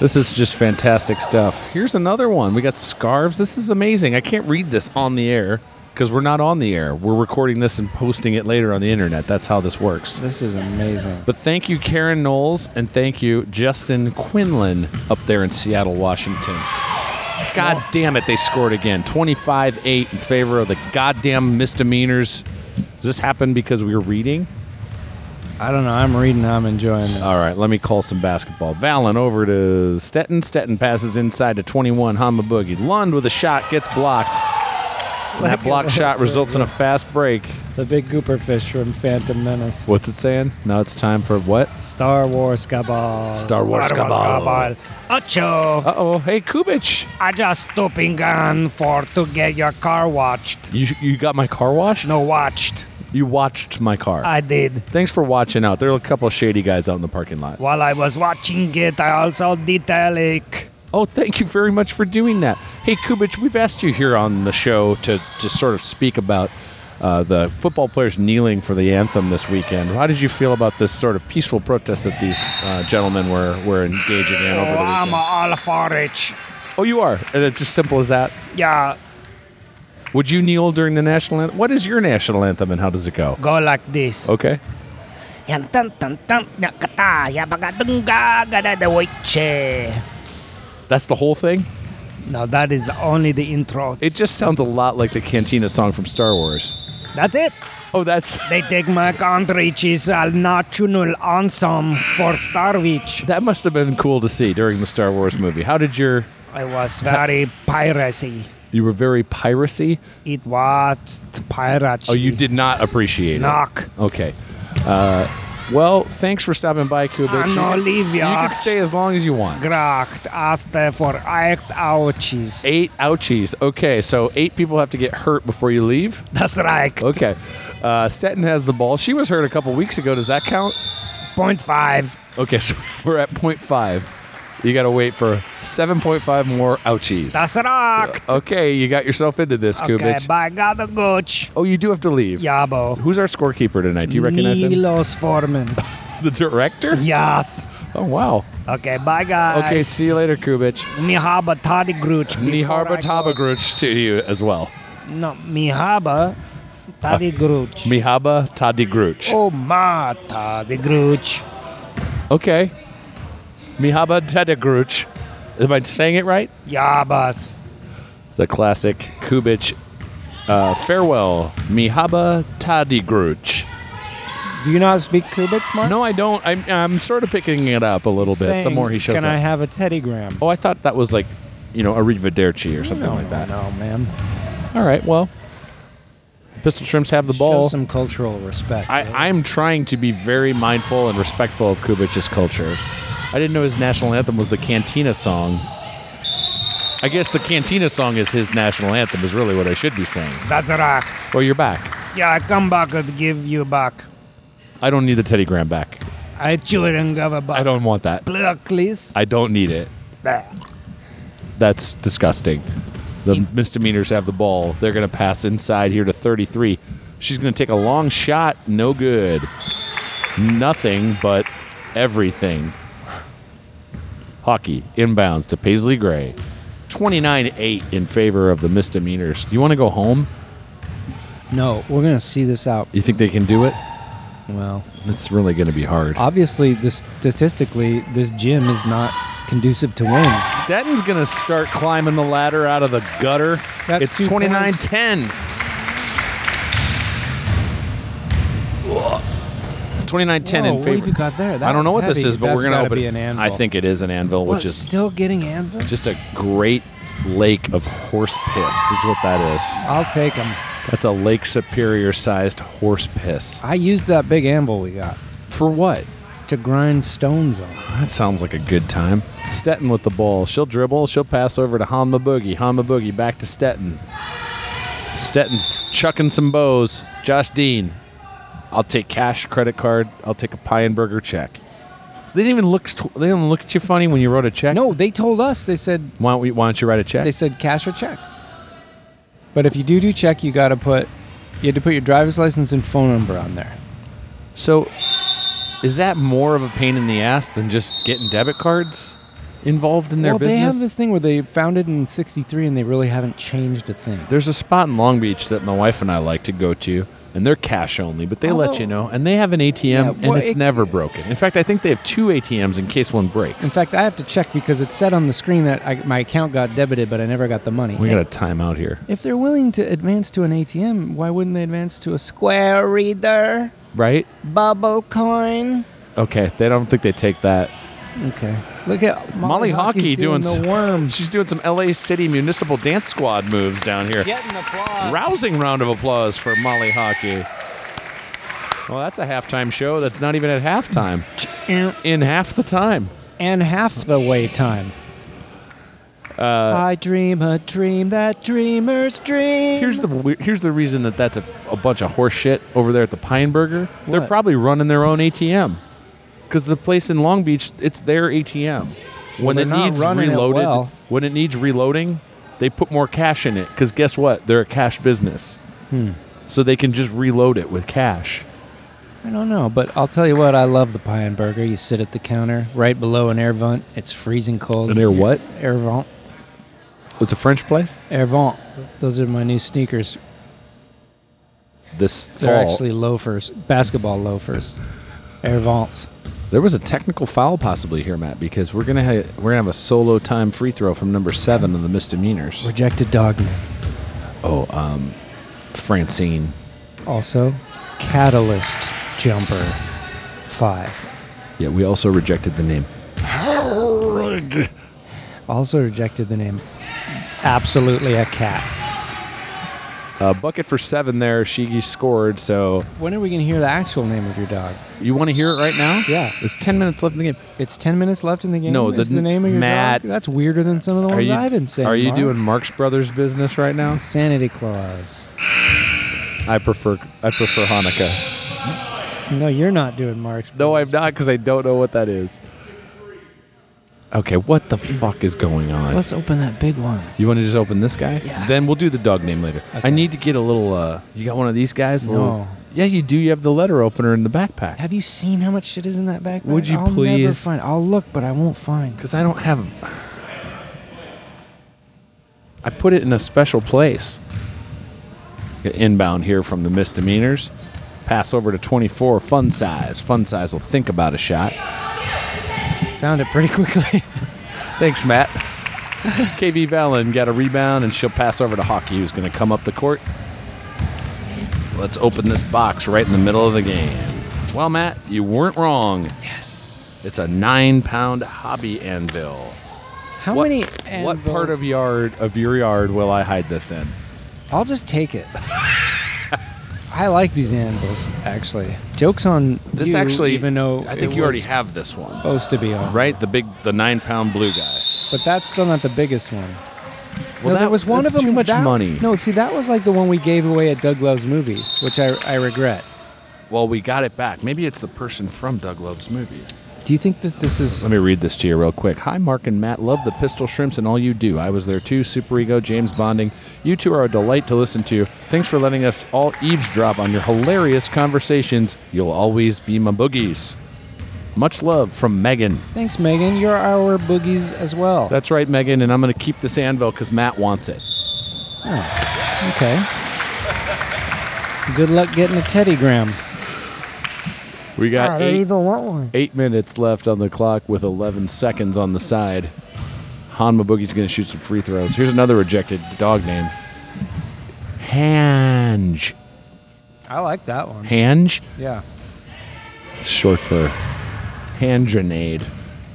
Speaker 2: This is just fantastic stuff. Here's another one. We got scarves. This is amazing. I can't read this on the air. because we're not on the air. We're recording this and posting it later on the internet. That's how this works.
Speaker 1: This is amazing.
Speaker 2: But thank you, Karen Knowles, and thank you, Justin Quinlan, up there in Seattle, Washington. God damn it, they scored again. 25 8 in favor of the goddamn misdemeanors. Does this happen because we were reading?
Speaker 1: I don't know. I'm reading. I'm enjoying this.
Speaker 2: All right, let me call some basketball. Valen over to Stetton. Stetton passes inside to 21. Hama Boogie. Lund with a shot gets blocked. And that block shot results in a fast break.
Speaker 1: The big gooper fish from Phantom Menace.
Speaker 2: What's it saying? Now it's time for what?
Speaker 1: Star Wars cabal.
Speaker 2: Star Wars cabal.
Speaker 4: Ocho,
Speaker 2: Uh oh. Hey, Kubich.
Speaker 4: I just stooping gun for to get your car watched.
Speaker 2: You, you got my car washed?
Speaker 4: No watched.
Speaker 2: You watched my car.
Speaker 4: I did.
Speaker 2: Thanks for watching out. There are a couple of shady guys out in the parking lot.
Speaker 4: While I was watching it, I also detail it.
Speaker 2: Oh, thank you very much for doing that. Hey, Kubich, we've asked you here on the show to, to sort of speak about uh, the football players kneeling for the anthem this weekend. How did you feel about this sort of peaceful protest that these uh, gentlemen were, were engaging in
Speaker 4: Oh,
Speaker 2: over the
Speaker 4: I'm
Speaker 2: weekend?
Speaker 4: all for it.
Speaker 2: Oh, you are. And It's just simple as that.
Speaker 4: Yeah,
Speaker 2: Would you kneel during the national anthem? What is your national anthem and how does it go?
Speaker 4: go like this.
Speaker 2: Okay.
Speaker 4: Yan tan tan tan nakata yabagadunga gadadawiche.
Speaker 2: That's the whole thing?
Speaker 4: Now that is only the intro.
Speaker 2: It just sounds a lot like the Cantina song from Star Wars.
Speaker 4: that's it.
Speaker 2: Oh, that's.
Speaker 4: They take my country, which is a national anthem for Starwich.
Speaker 2: That must have been cool to see during the Star Wars movie. How did your
Speaker 4: I was very piracy.
Speaker 2: you were very piracy?
Speaker 4: It was piracy.
Speaker 2: Oh, you did not appreciate
Speaker 4: knock.
Speaker 2: it. Okay. Uh, well, thanks for stopping by, Kubik.
Speaker 4: I'm not leaving.
Speaker 2: you can stay as long as you want.
Speaker 4: Gracht asked for eight ouchies.
Speaker 2: Eight ouchies. Okay, so eight people have to get hurt before you leave.
Speaker 4: That's right.
Speaker 2: Okay. Uh, Stetton has the ball. She was hurt a couple weeks ago. Does that count?
Speaker 4: Point five.
Speaker 2: Okay, so we're at point five. You got to wait for 7.5 more ouchies.
Speaker 4: That's
Speaker 2: Oh,
Speaker 4: right.
Speaker 2: okay, you got yourself into this,
Speaker 4: Okay,
Speaker 2: Kubich.
Speaker 4: by God, the gooch.
Speaker 2: Oh, you do have to leave.
Speaker 4: Yabo.
Speaker 2: Who's our scorekeeper tonight? Do you recognize him?
Speaker 4: Milos Forman.
Speaker 2: The director?
Speaker 4: yes.
Speaker 2: Oh, wow.
Speaker 4: Okay, bye guys.
Speaker 2: Okay, see you later, Kubich.
Speaker 4: Mihaba Tadi Gruch. before
Speaker 2: Nihaba
Speaker 4: I go-
Speaker 2: Tabagruch to you as well.
Speaker 4: No, Mihaba Tadi
Speaker 2: Ah.
Speaker 4: Gruch.
Speaker 2: Mihaba Tadigruch.
Speaker 4: Oh, ma Tadi Gruch.
Speaker 2: Okay. Mihaba Tadigruch. Am I saying it right?
Speaker 4: Yabas.
Speaker 2: The classic Kubich uh, farewell. Mihaba Tadigruch.
Speaker 1: Do you not speak Kubits, Mark?
Speaker 2: No, I don't. I'm, I'm sort of picking it up a little bit the
Speaker 1: Saying,
Speaker 2: more he shows
Speaker 1: Can
Speaker 2: up.
Speaker 1: I have a teddygram?
Speaker 2: oh, I thought that was like, you know, Arrivederci or something
Speaker 1: no,
Speaker 2: like that.
Speaker 1: no, man.
Speaker 2: All right, well, Pistol Shrimps have the
Speaker 1: Show
Speaker 2: ball.
Speaker 1: some cultural respect.
Speaker 2: I, I'm trying to be very mindful and respectful of Kubich's culture. I didn't know his national anthem was the Cantina song. I guess the Cantina song is his national anthem, is really what I should be saying.
Speaker 4: That's right.
Speaker 2: Well, you're back.
Speaker 4: Yeah, I come back and give you back.
Speaker 2: I don't need the Teddy Graham back.
Speaker 4: I shouldn't give a back.
Speaker 2: I don't want that.
Speaker 4: Plug, please.
Speaker 2: I don't need it. That's disgusting. The misdemeanors have the ball. They're going to pass inside here to 33. She's going to take a long shot. No good. Nothing but everything. Hockey inbounds to Paisley Gray. 29 8 in favor of the misdemeanors. You want to go home?
Speaker 1: no, we're gonna see this out.
Speaker 2: You think they can do it?
Speaker 1: Well,
Speaker 2: It's really going to be hard.
Speaker 1: obviously, this statistically, this gym is not conducive to wins.
Speaker 2: Stetton's going to start climbing the ladder out of the gutter.
Speaker 1: That's
Speaker 2: it's
Speaker 1: two
Speaker 2: 29
Speaker 1: points.
Speaker 2: 10. 29 10
Speaker 1: Whoa,
Speaker 2: in
Speaker 1: what
Speaker 2: favor.
Speaker 1: have you got there? That
Speaker 2: I don't know
Speaker 1: was
Speaker 2: what this
Speaker 1: heavy.
Speaker 2: is, but
Speaker 1: That's
Speaker 2: we're going to
Speaker 1: gotta
Speaker 2: open
Speaker 1: be
Speaker 2: it.
Speaker 1: an anvil.
Speaker 2: I think it is an anvil,
Speaker 1: What,
Speaker 2: which is
Speaker 1: still getting anvil?
Speaker 2: just a great lake of horse piss, is what that
Speaker 1: I'll take them.
Speaker 2: is. That's a Lake Superior sized horse piss.
Speaker 1: I used that big anvil we got
Speaker 2: For what?
Speaker 1: to grind stones on.
Speaker 2: That sounds like a good time. Stetton with the ball. She'll dribble. She'll pass over to Hama Boogie. Hama Boogie back to Stetton. Stetton's chucking some bows. Josh Dean. I'll take cash, credit card. I'll take a pie and burger check. So they didn't even look. st- They didn't look at you funny when you wrote a check.
Speaker 1: No, they told us. They said
Speaker 2: Why don't, we, why don't you write a check?
Speaker 1: they said cash or check. But if you do do check, you gotta put you had to put your driver's license and phone number on there.
Speaker 2: so, is that more of a pain in the ass than just getting debit cards? involved in their
Speaker 1: well,
Speaker 2: business.
Speaker 1: they have this thing where they founded in '63 and they really haven't changed a thing.
Speaker 2: There's a spot in Long Beach that my wife and I like to go to, and they're cash only, but they let
Speaker 1: Although-
Speaker 2: you know, and they have an ATM,
Speaker 1: Oh. Yeah, well,
Speaker 2: and it's
Speaker 1: it-
Speaker 2: never broken. In fact, I think they have two ATMs in case one breaks.
Speaker 1: In fact, I have to check because it said on the screen that I, my account got debited, but I never got the money.
Speaker 2: we got a timeout here,
Speaker 1: if they're willing to advance to an ATM, why wouldn't they advance to a Square Reader,
Speaker 2: right?
Speaker 1: Bubble Coin?
Speaker 2: Okay, they don't think they take that.
Speaker 1: Okay. Look at
Speaker 2: Molly, Hockey doing,
Speaker 1: the
Speaker 2: some-
Speaker 1: worm.
Speaker 2: She's doing some LA City Municipal Dance Squad moves down here.
Speaker 1: Getting applause.
Speaker 2: Rousing round of applause for Molly Hockey. Well, that's a halftime show that's not even at halftime.
Speaker 1: eh.
Speaker 2: In half the time.
Speaker 1: and half the way time. Uh, I dream a dream that dreamers dream.
Speaker 2: Here's the weir- here's the reason that that's a, a bunch of horse shit over there at the Pine Burger. They're
Speaker 1: What?
Speaker 2: probably running their own ATM because the place in Long Beach, it's their ATM. When
Speaker 1: they're
Speaker 2: it
Speaker 1: not
Speaker 2: needs
Speaker 1: running it
Speaker 2: reloaded,
Speaker 1: well.
Speaker 2: when it needs reloading, they put more cash in it because guess what? They're a cash business,
Speaker 1: Hmm.
Speaker 2: so they can just reload it with cash.
Speaker 1: I don't know, but I'll tell you what. I love the pie and burger. You sit at the counter, right below an air vent. It's freezing cold.
Speaker 2: An air what?
Speaker 1: Air vent.
Speaker 2: It's a French place.
Speaker 1: Air vent. Those are my new sneakers.
Speaker 2: This
Speaker 1: They're
Speaker 2: fall,
Speaker 1: actually loafers, basketball loafers. Air vents.
Speaker 2: there was a technical foul possibly here, Matt, because we're gonna ha- we're gonna have a solo time free throw from number seven on the misdemeanors.
Speaker 1: Rejected dogma.
Speaker 2: Francine.
Speaker 1: Also, catalyst jumper five.
Speaker 2: Yeah, we also rejected the name.
Speaker 1: Also rejected the name. Absolutely a cat.
Speaker 2: A Uh, bucket for seven there. Shigi scored. So
Speaker 1: When are we gonna hear the actual name of your dog?
Speaker 2: you want to hear it right now?
Speaker 1: Yeah.
Speaker 2: It's ten minutes left in the game.
Speaker 1: It's ten minutes left in the game.
Speaker 2: No, the-
Speaker 1: is the name of your
Speaker 2: Matt-
Speaker 1: dog. That's weirder than some of the ones I've been saying.
Speaker 2: are you
Speaker 1: Mark.
Speaker 2: doing Mark's Brothers business right now?
Speaker 1: sanity clause?
Speaker 2: I prefer I prefer Hanukkah.
Speaker 1: No, you're not doing Mark's.
Speaker 2: No, I'm not because I don't know what that is. Okay, what the fuck is going on?
Speaker 1: Let's open that big one.
Speaker 2: you want to just open this guy?
Speaker 1: Yeah.
Speaker 2: Then we'll do the dog name later. I
Speaker 1: Okay.
Speaker 2: need to get a little. uh You got one of these guys? A
Speaker 1: No.
Speaker 2: Little, yeah, you do. You have the letter opener in the backpack.
Speaker 1: Have you seen how much shit is in that backpack?
Speaker 2: Would you
Speaker 1: I'll Never
Speaker 2: please?
Speaker 1: find. I'll look, but I won't find.
Speaker 2: Because I don't have. I put it in a special place. Inbound here from the misdemeanors. Pass over to 24, fun size. Fun size will think about a shot.
Speaker 1: Found it pretty quickly.
Speaker 2: Thanks, Matt. KB Valen got a rebound, and she'll pass over to Hockey, who's going to come up the court. Let's open this box right in the middle of the game. Well, Matt, you weren't wrong. Yes. It's a nine pound hobby anvil.
Speaker 1: How
Speaker 2: What-
Speaker 1: many?
Speaker 2: What part
Speaker 1: anvils-
Speaker 2: of yard of your yard will I hide this in?
Speaker 1: I'll just take it. I like these anvils, actually. Jokes on
Speaker 2: This
Speaker 1: you,
Speaker 2: actually,
Speaker 1: even though
Speaker 2: I think
Speaker 1: it
Speaker 2: you already
Speaker 1: was
Speaker 2: have this one,
Speaker 1: supposed to be on,
Speaker 2: right? The big, the nine pound blue guy.
Speaker 1: But that's still not the biggest one.
Speaker 2: Well,
Speaker 1: no,
Speaker 2: that
Speaker 1: there was one
Speaker 2: that's
Speaker 1: of them.
Speaker 2: Too much
Speaker 1: that-
Speaker 2: money.
Speaker 1: No, see, that was like the one we gave away at Doug Love's Movies, which I, I regret.
Speaker 2: Well, we got it back. Maybe it's the person from Doug Love's movies.
Speaker 1: Do you think that this is?
Speaker 2: Let me read this to you real quick. Hi, Mark and Matt. Love the pistol shrimps and all you do. I was there too. Super Ego, James Bonding. You two are a delight to listen to. Thanks for letting us all eavesdrop on your hilarious conversations. You'll always be my boogies. Much love from Megan.
Speaker 1: Thanks, Megan. You're our boogies as well.
Speaker 2: That's right, Megan, and I'm going to keep this anvil because Matt wants it.
Speaker 1: okay. Good luck getting a Teddy Graham.
Speaker 2: We got eight,
Speaker 1: want one.
Speaker 2: eight minutes left on the clock with 11 seconds on the side. Hanma Boogie's going to shoot some free throws. Here's another rejected dog name Hange.
Speaker 1: I like that one.
Speaker 2: Hange?
Speaker 1: Yeah.
Speaker 2: It's short for hand grenade.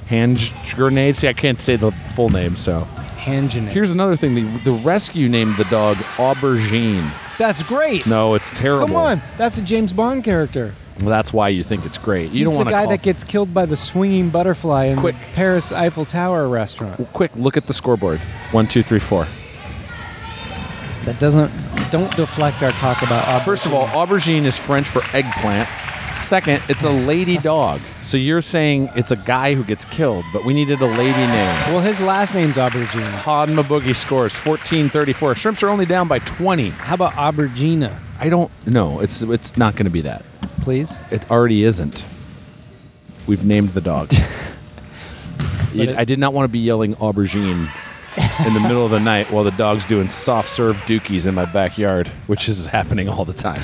Speaker 2: Hand grenade? See, I can't say the full name, so.
Speaker 1: Hangenate.
Speaker 2: Here's another thing the, the rescue named the dog Aubergine.
Speaker 1: that's great.
Speaker 2: No, it's terrible.
Speaker 1: Come on, that's a James Bond character.
Speaker 2: Well, that's why you think it's great. You
Speaker 1: He's
Speaker 2: don't want
Speaker 1: the
Speaker 2: to
Speaker 1: guy
Speaker 2: call
Speaker 1: that gets killed by the swinging butterfly in
Speaker 2: Quick.
Speaker 1: the Paris Eiffel Tower restaurant.
Speaker 2: quick look at the scoreboard. One, two, three, four.
Speaker 1: That doesn't don't deflect our talk about. Aubergine.
Speaker 2: First of all, aubergine is French for eggplant. Second, it's a lady dog. So you're saying it's a guy who gets killed, but we needed a lady name.
Speaker 1: well, his last name's Aubergine.
Speaker 2: Hod Maboogie scores 14-34. Shrimps are only down by 20.
Speaker 1: How about Aubergina,
Speaker 2: I don't know. It's it's not going to be that.
Speaker 1: please?
Speaker 2: It already isn't. We've named the dog. You- I did not want to be yelling aubergine in the middle of the night while the dog's doing soft serve dookies in my backyard, which is happening all the time.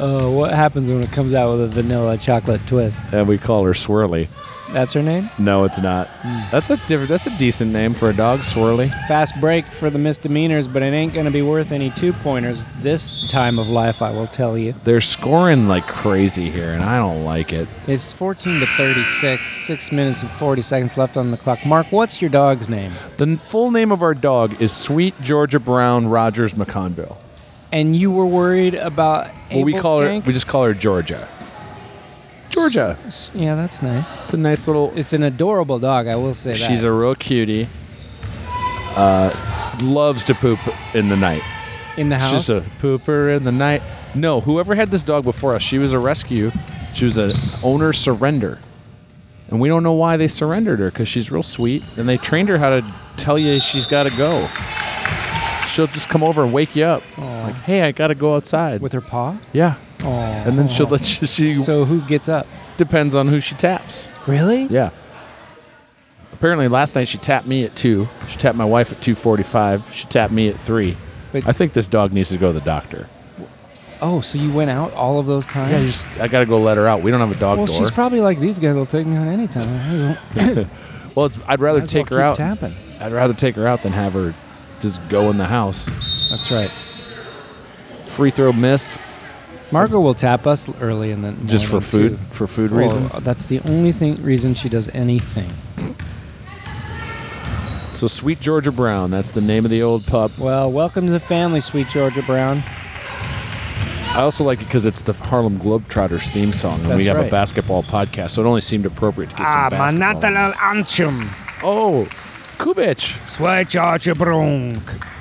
Speaker 1: Oh, what happens when it comes out with a vanilla chocolate twist?
Speaker 2: And we call her Swirly.
Speaker 1: That's her name?
Speaker 2: No, it's not. That's a different. That's a decent name for a dog, Swirly.
Speaker 1: Fast break for the misdemeanors, but it ain't going to be worth any two pointers this time of life, I will tell you.
Speaker 2: They're scoring like crazy here, and I don't like it.
Speaker 1: It's 14 to 36, 6 minutes and 40 seconds left on the clock. Mark, what's your dog's name?
Speaker 2: The n- full name of our dog is Sweet Georgia Brown Rogers McConville.
Speaker 1: And you were worried about
Speaker 2: Well, we
Speaker 1: Abel
Speaker 2: call
Speaker 1: Skank?
Speaker 2: her. We just call her Georgia. Georgia.
Speaker 1: S- Yeah, that's nice.
Speaker 2: It's a nice little.
Speaker 1: It's an adorable dog, I will say that.
Speaker 2: She's a real cutie. Uh, loves to poop in the night.
Speaker 1: in the house.
Speaker 2: She's a pooper in the night. No, whoever had this dog before us, she was a rescue. She was an owner surrender. And we don't know why they surrendered her because she's real sweet. And they trained her how to tell you she's got to go. She'll just come over and wake you up. Like, hey, I got to go outside.
Speaker 1: with her paw.
Speaker 2: yeah.
Speaker 1: Oh.
Speaker 2: And then she'll let you, she
Speaker 1: So who gets up?
Speaker 2: depends on who she taps.
Speaker 1: Really?
Speaker 2: Yeah. Apparently last night she tapped me at 2. She tapped my wife at 2:45. She tapped me at 3.
Speaker 1: But-
Speaker 2: I think this dog needs to go to the doctor.
Speaker 1: Oh, so you went out all of those times?
Speaker 2: Yeah, you just I gotta go let her out. We don't have a dog
Speaker 1: well,
Speaker 2: door.
Speaker 1: she's probably like these guys will take me on any time. I don't-
Speaker 2: well, it's, I'd rather
Speaker 1: might as
Speaker 2: take
Speaker 1: well
Speaker 2: her
Speaker 1: keep
Speaker 2: out.
Speaker 1: tapping.
Speaker 2: I'd rather take her out than have her just go in the house.
Speaker 1: That's right.
Speaker 2: Free throw missed
Speaker 1: Margot will tap us early and then
Speaker 2: just for food for food reasons.
Speaker 1: That's the only thing reason she does anything.
Speaker 2: So Sweet Georgia Brown, that's the name of the old pup.
Speaker 1: Well, welcome to the family, sweet Georgia Brown.
Speaker 2: I also like it because it's the Harlem Globetrotters theme song, and we
Speaker 1: That's
Speaker 2: have a
Speaker 1: right.
Speaker 2: basketball podcast, so it only seemed appropriate to get
Speaker 4: Ah,
Speaker 2: some basketball. in.
Speaker 4: manatalal anchum.
Speaker 2: Oh, Kubich!
Speaker 4: Swear George Brunk.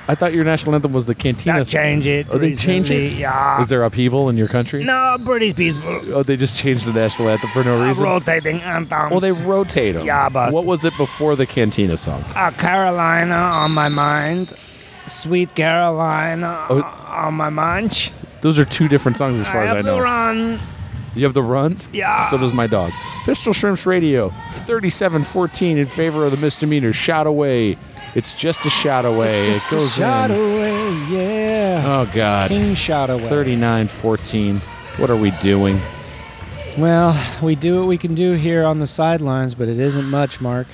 Speaker 2: I thought your national anthem was the Cantina.
Speaker 4: That change it.
Speaker 2: Oh, they changed it.
Speaker 4: recently, Yeah.
Speaker 2: Is there upheaval in your country?
Speaker 4: no, British peaceful.
Speaker 2: Oh, they just changed the national anthem for
Speaker 1: Ah,
Speaker 2: no reason.
Speaker 4: Rotating anthems.
Speaker 2: Well, they rotate them.
Speaker 4: Yeah, boss.
Speaker 2: What was it before the Cantina song?
Speaker 4: uh, Carolina on my mind. Sweet Carolina
Speaker 2: Oh.
Speaker 4: on my mind.
Speaker 2: Those are two different songs as far
Speaker 4: I
Speaker 2: as
Speaker 4: have
Speaker 2: I
Speaker 4: to
Speaker 2: know.
Speaker 4: run.
Speaker 2: You have the runs?
Speaker 4: Yeah.
Speaker 2: So does my dog. Pistol Shrimps Radio, 3714 in favor of the misdemeanor. Shot away. It's just a shot away.
Speaker 1: It's just
Speaker 2: it goes
Speaker 1: a shot
Speaker 2: in.
Speaker 1: away, yeah.
Speaker 2: Oh, God.
Speaker 1: King shot away.
Speaker 2: 3914. What are we doing?
Speaker 1: Well, we do what we can do here on the sidelines, but it isn't much, Mark.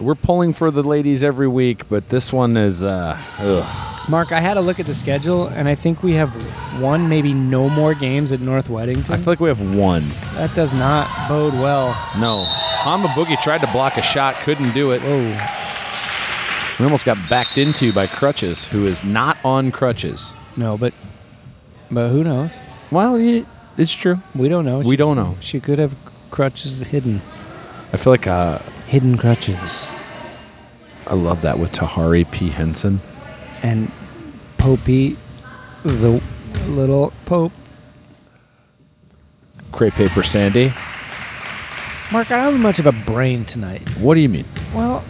Speaker 2: We're pulling for the ladies every week, but this one is, uh, ugh.
Speaker 1: Mark, I had a look at the schedule, and I think we have one, maybe no more games at North
Speaker 2: I
Speaker 1: Weddington.
Speaker 2: feel like we have one.
Speaker 1: that does not bode well.
Speaker 2: No. Hama Boogie tried to block a shot, couldn't do it.
Speaker 1: Whoa.
Speaker 2: We almost got backed into by Crutches, who is not on crutches.
Speaker 1: No, but but who knows?
Speaker 2: Well, yeah, it's true.
Speaker 1: We don't know.
Speaker 2: We don't know.
Speaker 1: She could have crutches hidden.
Speaker 2: I feel like uh,
Speaker 1: Hidden crutches.
Speaker 2: I love that with Tahari P. Henson.
Speaker 1: And Popey, the little Pope.
Speaker 2: Crepe Paper Sandy.
Speaker 1: Mark, I don't have much of a brain tonight.
Speaker 2: What do you mean?
Speaker 1: Well,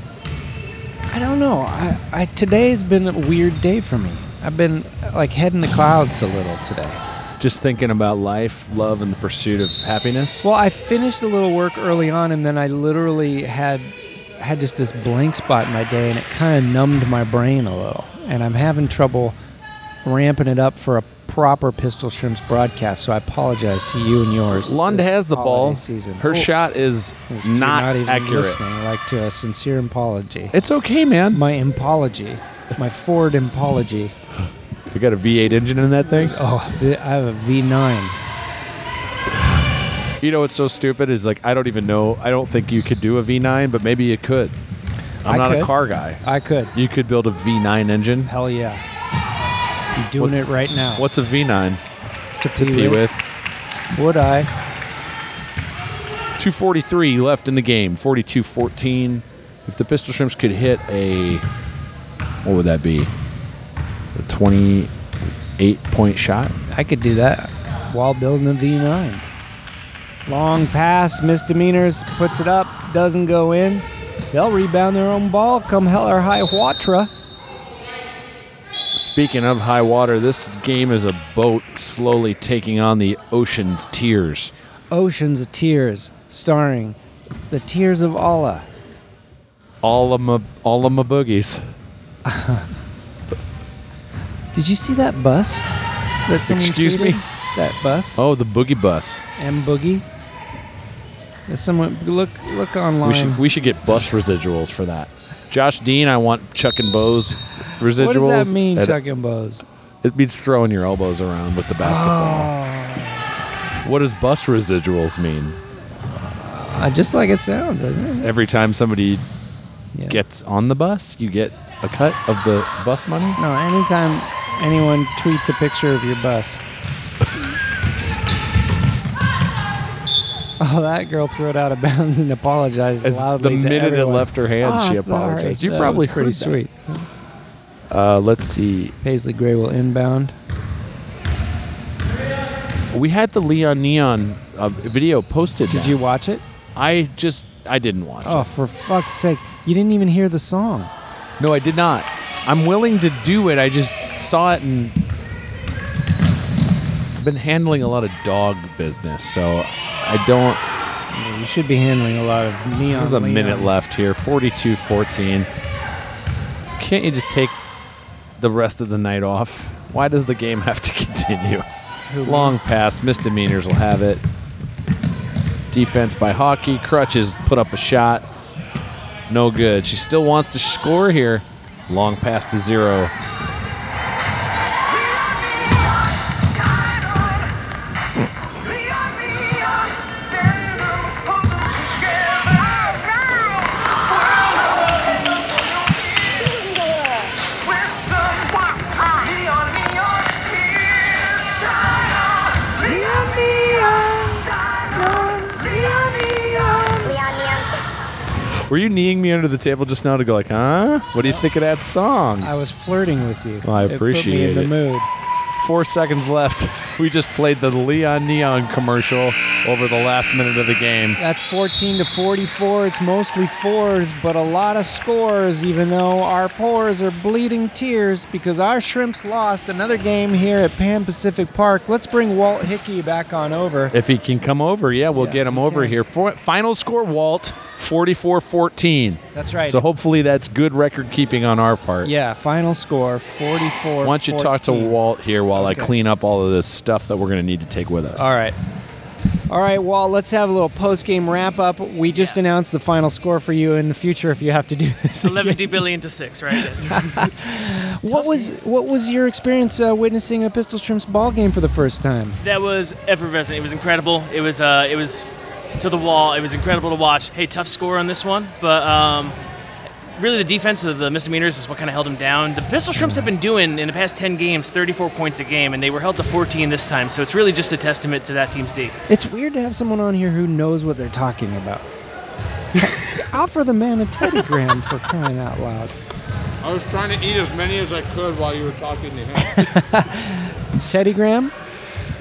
Speaker 1: I don't know. I, I today's been a weird day for me. I've been like heading the clouds a little today.
Speaker 2: Just thinking about life, love, and the pursuit of happiness?
Speaker 1: Well, I finished a little work early on, and then I literally had had just this blank spot in my day, and it kind of numbed my brain a little. And I'm having trouble ramping it up for a proper Pistol Shrimps broadcast. So I apologize to you and yours.
Speaker 2: Lund
Speaker 1: this
Speaker 2: has the ball.
Speaker 1: holiday Season.
Speaker 2: Her
Speaker 1: Oh,
Speaker 2: shot is
Speaker 1: it's- you're
Speaker 2: not,
Speaker 1: even
Speaker 2: accurate.
Speaker 1: Listening, like to a sincere apology.
Speaker 2: It's okay, man.
Speaker 1: My apology. My Ford apology.
Speaker 2: We got a V8 engine in that thing.
Speaker 1: Oh, I have a V9.
Speaker 2: You know what's so stupid is like I don't even know. I don't think you could do a V9, but maybe you could. I'm
Speaker 1: I
Speaker 2: not a
Speaker 1: could.
Speaker 2: car guy.
Speaker 1: I could.
Speaker 2: You could build a V9 engine.
Speaker 1: Hell yeah. I'm doing it right now.
Speaker 2: What's a V9?
Speaker 1: to
Speaker 2: P with
Speaker 1: Would I?
Speaker 2: 243 left in the game, 42-14. If the Pistol Shrimps could hit a what would that be? A 28 point shot.
Speaker 1: I could do that while building a V9. Long pass, misdemeanors, puts it up, doesn't go in. They'll rebound their own ball, come hell or high watra.
Speaker 2: Speaking of high water, this game is a boat slowly taking on the ocean's tears.
Speaker 1: Oceans of Tears, starring the Tears of Allah.
Speaker 2: all of my all of my boogies.
Speaker 1: Did you see that bus? That someone
Speaker 2: Excuse me?
Speaker 1: tweeted? That bus?
Speaker 2: Oh, the boogie bus.
Speaker 1: M Boogie. That someone look look online.
Speaker 2: We should we should get bus residuals for that. Josh Dean, I want Chuck and Bo's residuals.
Speaker 1: what does that mean,
Speaker 2: And
Speaker 1: Chuck and Bose?
Speaker 2: It means throwing your elbows around with the basketball.
Speaker 1: Oh.
Speaker 2: What does bus residuals mean?
Speaker 1: Uh, just like it sounds. I think.
Speaker 2: Every time somebody
Speaker 1: Yeah.
Speaker 2: gets on the bus, you get a cut of the bus money.
Speaker 1: No, Oh, anytime anyone tweets a picture of your bus. oh, that girl threw it out of bounds and apologized
Speaker 2: As the
Speaker 1: loudly to
Speaker 2: minute it
Speaker 1: everyone.
Speaker 2: left her hand,
Speaker 1: Ah,
Speaker 2: she
Speaker 1: sorry.
Speaker 2: apologized. You
Speaker 1: That
Speaker 2: probably
Speaker 1: was pretty
Speaker 2: heard that.
Speaker 1: sweet.
Speaker 2: Uh, let's see.
Speaker 1: Paisley Gray will inbound.
Speaker 2: We had the Leon Neon uh, video posted.
Speaker 1: Did
Speaker 2: now.
Speaker 1: you watch it?
Speaker 2: I just I didn't watch.
Speaker 1: Oh, for fuck's sake! You didn't even hear the song.
Speaker 2: it. No, I did not. I'm willing to do it. I just saw it and I've been handling a lot of dog business, so I don't.
Speaker 1: You should be handling a lot of neon.
Speaker 2: There's a
Speaker 1: Leon.
Speaker 2: minute left here. 42-14. Can't you just take the rest of the night off? Why does the game have to continue? Long pass, misdemeanors will have it. Defense by Hockey. Crutches put up a shot. No good. She still wants to score here. Long pass to zero. Were you kneeing me under the table just now to go like, huh? What do you think of that song?
Speaker 1: I was flirting with you.
Speaker 2: Well, I
Speaker 1: it.
Speaker 2: appreciate
Speaker 1: Put me
Speaker 2: it.
Speaker 1: in the mood.
Speaker 2: Four seconds left. We just played the Leon Neon commercial over the last minute of the game.
Speaker 1: That's 14 to 44. It's mostly fours, but a lot of scores, even though our pores are bleeding tears because our shrimps lost another game here at Pan Pacific Park. Let's bring Walt Hickey back on over.
Speaker 2: If he can come over, yeah, we'll
Speaker 1: Yeah,
Speaker 2: get him
Speaker 1: he
Speaker 2: over
Speaker 1: can.
Speaker 2: here. For, final score, Walt, 44 14.
Speaker 1: That's right.
Speaker 2: So hopefully that's good record keeping on our part.
Speaker 1: yeah, final score 44.
Speaker 2: Why don't you talk to
Speaker 1: 14.
Speaker 2: Walt here while
Speaker 1: Okay.
Speaker 2: I clean up all of this stuff that we're going to need to take with us?
Speaker 1: All right. All right, Walt, let's have a little post game wrap up. We just
Speaker 3: Yeah.
Speaker 1: announced the final score for you in the future if you have to do this. again.
Speaker 3: 11 billion to 6, right?
Speaker 1: What was what was your experience uh, witnessing a Pistol Shrimps ball game for the first time?
Speaker 3: that was effervescent. It was incredible. It was uh, it was to the wall. It was incredible to watch. Hey, tough score on this one, but um, really the defense of the misdemeanors is what kind of held them down. The Pistol Shrimps have been doing in the past 10 games 34 points a game, and they were held to 14 this time. So it's really just a testament to that team's D.
Speaker 1: It's weird to have someone on here who knows what they're talking about. Offer the man a Teddy Graham for crying out loud.
Speaker 5: I was trying to eat as many as I could while you were talking to him.
Speaker 1: Teddy Graham,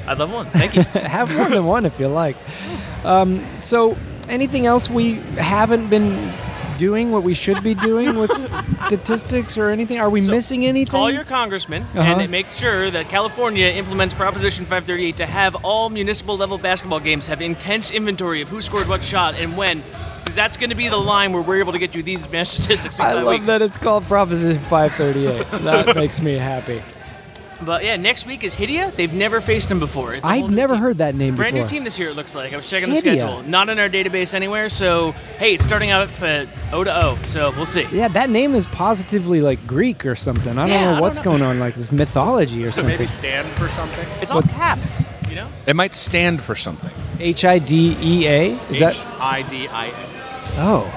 Speaker 3: I'd love one. Thank you.
Speaker 1: have more than one if you like. Um, so, anything else we haven't been doing what we should be doing with statistics or anything? Are we
Speaker 3: So,
Speaker 1: missing anything?
Speaker 3: Call your congressman
Speaker 1: Uh-huh.
Speaker 3: and make sure that California implements Proposition 538 to have all municipal level basketball games have intense inventory of who scored what shot and when. Because that's going to be the line where we're able to get you these advanced statistics week
Speaker 1: I
Speaker 3: by
Speaker 1: love
Speaker 3: week.
Speaker 1: that it's called Proposition 538. that makes me happy.
Speaker 3: But yeah, next week is Hidea. They've never faced him before. It's a whole
Speaker 1: I've
Speaker 3: new
Speaker 1: never
Speaker 3: team.
Speaker 1: heard that name
Speaker 3: Brand
Speaker 1: before.
Speaker 3: new team this year, it looks like. I was checking
Speaker 1: Hidea.
Speaker 3: the schedule. Not in our database anywhere, so hey, it's starting out at O to O, so we'll see.
Speaker 1: Yeah, that name is positively like Greek or something. I don't
Speaker 3: Yeah, I
Speaker 1: know
Speaker 3: don't
Speaker 1: what's
Speaker 3: know.
Speaker 1: going on, like this mythology or something.
Speaker 5: Maybe stand for something.
Speaker 3: It's all caps, you know?
Speaker 2: It might stand for something.
Speaker 1: H I D E A? Is that?
Speaker 5: I D I N?
Speaker 1: Oh.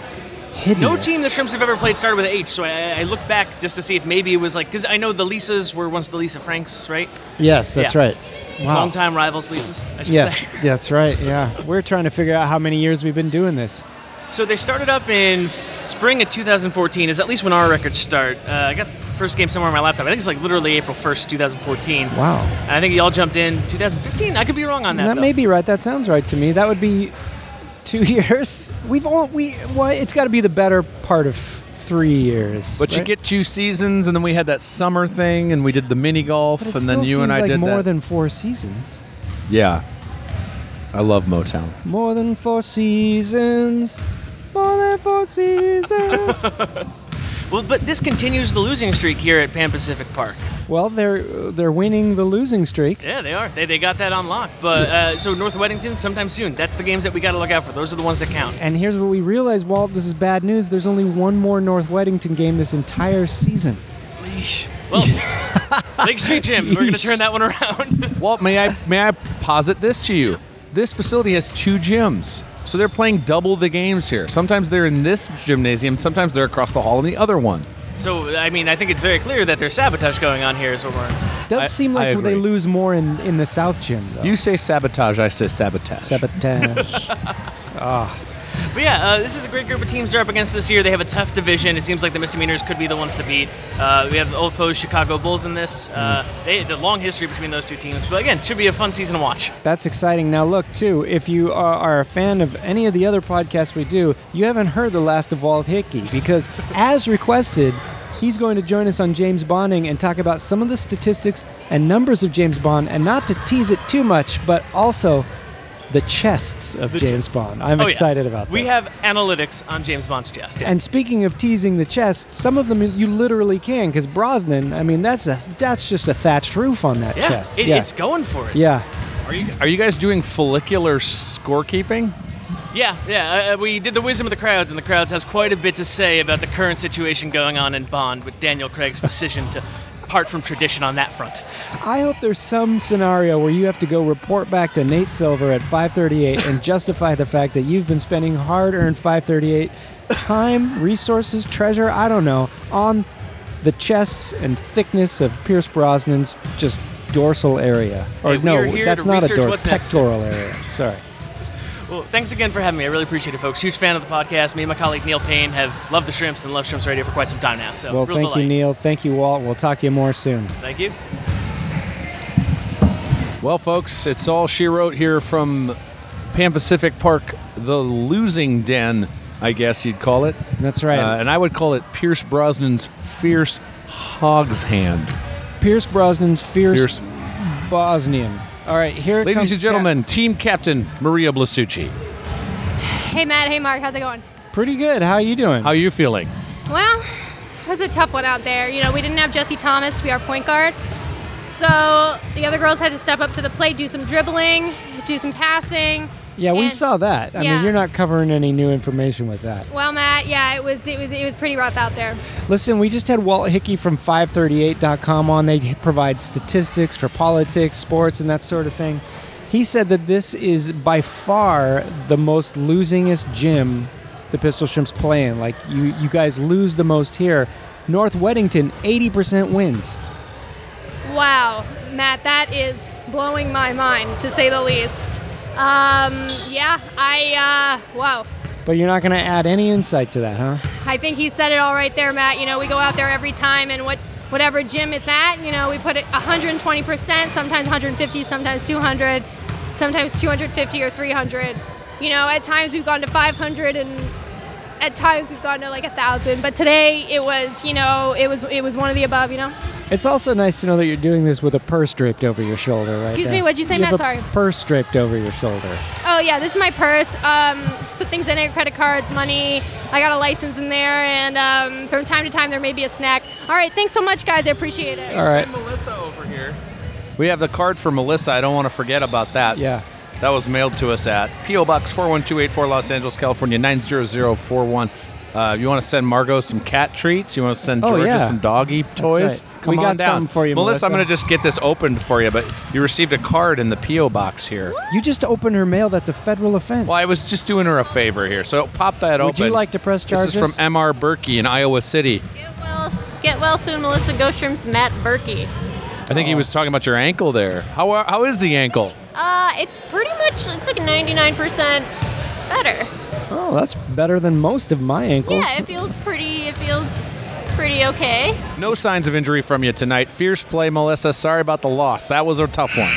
Speaker 1: Hidden.
Speaker 3: No team the Shrimps have ever played started with a H, so I, I looked back just to see if maybe it was like, because I know the Lisas were once the Lisa Franks, right?
Speaker 1: Yes, that's
Speaker 3: Yeah.
Speaker 1: right. Wow.
Speaker 3: Longtime rivals, Lisas, I should
Speaker 1: Yes,
Speaker 3: say.
Speaker 1: that's right. Yeah. We're trying to figure out how many years we've been doing this.
Speaker 3: So they started up in f- spring of 2014, is at least when our records start. Uh, I got the first game somewhere on my laptop. I think it's like literally April 1st, 2014.
Speaker 1: Wow.
Speaker 3: And I think y'all jumped in 2015. I could be wrong on that.
Speaker 1: that
Speaker 3: though.
Speaker 1: may be right. That sounds right to me. That would be two years. We've all, we, well, it's got to be the better part of three years.
Speaker 2: But you
Speaker 1: right?
Speaker 2: get two seasons, and then we had that summer thing, and we did the mini golf,
Speaker 1: But it
Speaker 2: and
Speaker 1: still
Speaker 2: then you
Speaker 1: seems
Speaker 2: and I
Speaker 1: like
Speaker 2: did
Speaker 1: more
Speaker 2: that.
Speaker 1: than four seasons.
Speaker 2: yeah. I love Motown.
Speaker 1: More than four seasons. More than Four Seasons.
Speaker 3: Well, but this continues the losing streak here at Pan Pacific Park.
Speaker 1: well, they're they're winning the losing streak.
Speaker 3: Yeah, they are. They, they got that on lock. But uh, so North Weddington, sometime soon. That's the games that we got to look out for. Those are the ones that count.
Speaker 1: And here's what we realized, Walt. This is bad news. There's only one more North Weddington game this entire season.
Speaker 3: Yeesh. Well, Lake Street Gym. We're gonna turn that one around.
Speaker 2: Walt, may I may I posit this to you? This facility has two gyms, so they're playing double the games here. Sometimes they're in this gymnasium, sometimes they're across the hall in the other one.
Speaker 3: so I mean, I think it's very clear that there's sabotage going on here. Is what we're.
Speaker 1: Does
Speaker 2: I-
Speaker 1: seem
Speaker 2: I
Speaker 1: like they
Speaker 2: agree.
Speaker 1: lose more in, in the South Gym though.
Speaker 2: You say sabotage, I say sabotage.
Speaker 1: Sabotage.
Speaker 3: But yeah, uh, this is a great group of teams they're up against this year. They have a tough division. It seems like the misdemeanors could be the ones to beat. Uh, we have the old foes, Chicago Bulls, in this. Uh,
Speaker 1: Mm-hmm.
Speaker 3: they the long history between those two teams. But again, should be a fun season to watch.
Speaker 1: That's exciting. Now, look, too, if you are, are a fan of any of the other podcasts we do, you haven't heard the last of Walt Hickey because, as requested, he's going to join us on James Bonding and talk about some of the statistics and numbers of James Bond, and not to tease it too much, but also the chests of James Bond. I'm
Speaker 3: Oh, yeah.
Speaker 1: excited about
Speaker 3: We
Speaker 1: this.
Speaker 3: have analytics on James Bond's chest. Yeah.
Speaker 1: And speaking of teasing the chest, some of them you literally can because Brosnan. I mean, that's a that's just a thatched roof on that
Speaker 3: Yeah,
Speaker 1: chest.
Speaker 3: it-
Speaker 1: yeah,
Speaker 3: it's going for it.
Speaker 1: yeah.
Speaker 2: Are you guys doing follicular scorekeeping?
Speaker 3: Yeah, yeah. Uh, uh, we did the wisdom of the crowds, and the crowds has quite a bit to say about the current situation going on in Bond with Daniel Craig's decision to part from tradition on that front.
Speaker 1: I hope there's some scenario where you have to go report back to Nate Silver at 5:38 and justify the fact that you've been spending hard-earned 5:38 time, resources, treasure, I don't know, on the chests and thickness of Pierce Brosnan's just dorsal area. Or
Speaker 3: Hey, we
Speaker 1: no,
Speaker 3: are here
Speaker 1: that's
Speaker 3: to
Speaker 1: not a
Speaker 3: research
Speaker 1: dorsal,
Speaker 3: what's necessary.
Speaker 1: pectoral area. Sorry.
Speaker 3: Well, thanks again for having me. I really appreciate it, folks. Huge fan of the podcast. Me and my colleague Neil Payne have loved the Shrimps and loved Shrimps Radio for quite some time now. So,
Speaker 1: Well,
Speaker 3: real
Speaker 1: thank
Speaker 3: delight.
Speaker 1: you, Neil. Thank you, Walt. We'll talk to you more soon.
Speaker 3: Thank you.
Speaker 2: Well, folks, it's all she wrote here from Pan Pacific Park, the losing den, I guess you'd call it.
Speaker 1: That's right.
Speaker 2: Uh, and I would call it Pierce Brosnan's fierce hog's hand.
Speaker 1: Pierce Brosnan's fierce,
Speaker 2: Fierce.
Speaker 1: Bosnian. All right, here it
Speaker 2: Ladies
Speaker 1: comes
Speaker 2: and
Speaker 1: Cap-
Speaker 2: gentlemen, team captain Maria Blasucci.
Speaker 6: Hey Matt, hey Mark, how's it going?
Speaker 1: Pretty good. How you doing?
Speaker 2: How are you feeling?
Speaker 6: Well, it was a tough one out there. You know, we didn't have Jesse Thomas to be our point guard. So the other girls had to step up to the plate, do some dribbling, do some passing.
Speaker 1: Yeah, we
Speaker 6: And-
Speaker 1: saw that. I mean,
Speaker 6: yeah.
Speaker 1: you're not covering any new information with that.
Speaker 6: Well, Matt, yeah, it was it was it was pretty rough out there.
Speaker 1: Listen, we just had Walt Hickey from 538.com on. They provide statistics for politics, sports, and that sort of thing. He said that this is by far the most losingest gym the Pistol Shrimps play in. Like, you, you guys lose the most here. North Weddington, 80% wins.
Speaker 6: Wow, Matt, that is blowing my mind to say the least. Um, yeah, I uh, wow.
Speaker 1: But you're not going to add any insight to that, huh?
Speaker 6: I think he said it all right there, Matt. You know, we go out there every time, and what whatever gym it's at, you know, we put it 120 percent, sometimes 150, sometimes 200, sometimes 250 or 300. You know, at times we've gone to 500, and at times we've gone to like a thousand. But today it was, you know, it was it was one of the above. You know,
Speaker 1: It's also nice to know that you're doing this with a purse draped over your shoulder, right?
Speaker 6: Excuse
Speaker 1: there.
Speaker 6: me, what'd you say,
Speaker 1: have
Speaker 6: Matt?
Speaker 1: a
Speaker 6: Sorry.
Speaker 1: Purse draped over your shoulder.
Speaker 6: oh yeah, this is my purse. Um, just put things in it, credit cards, money. I got a license in there, and um, from time to time there may be a snack. All right, thanks so much, guys. I appreciate it.
Speaker 1: All right.
Speaker 3: Melissa over here.
Speaker 2: We have the card for Melissa. I don't want to forget about that.
Speaker 1: Yeah.
Speaker 2: That was mailed to us at P.O. Box 41284 Los Angeles, California 90041. Uh, you want to send Margot some cat treats? You want to send
Speaker 1: Oh,
Speaker 2: Georgia
Speaker 1: yeah.
Speaker 2: some doggy toys?
Speaker 1: right.
Speaker 2: Come
Speaker 1: We
Speaker 2: on
Speaker 1: got
Speaker 2: down.
Speaker 1: something for you,
Speaker 2: Melissa. I'm
Speaker 1: Melissa.
Speaker 2: going to just get this opened for you, but you received a card in the P.O. Box here.
Speaker 1: You just opened her mail. That's a federal offense.
Speaker 2: Well, I was just doing her a favor here, so pop that
Speaker 1: Would
Speaker 2: open.
Speaker 1: you like to press charges?
Speaker 2: This is from M.R. Berkey in Iowa City.
Speaker 7: Get well, get well soon, Melissa Goshrum's Matt Berkey.
Speaker 2: I think he was talking about your ankle there. How are, how is the ankle?
Speaker 7: Uh, it's pretty much it's like 99% better.
Speaker 1: oh, that's better than most of my ankles.
Speaker 7: Yeah, it feels pretty. It feels pretty okay.
Speaker 2: No signs of injury from you tonight. Fierce play, Melissa. Sorry about the loss. That was a tough one.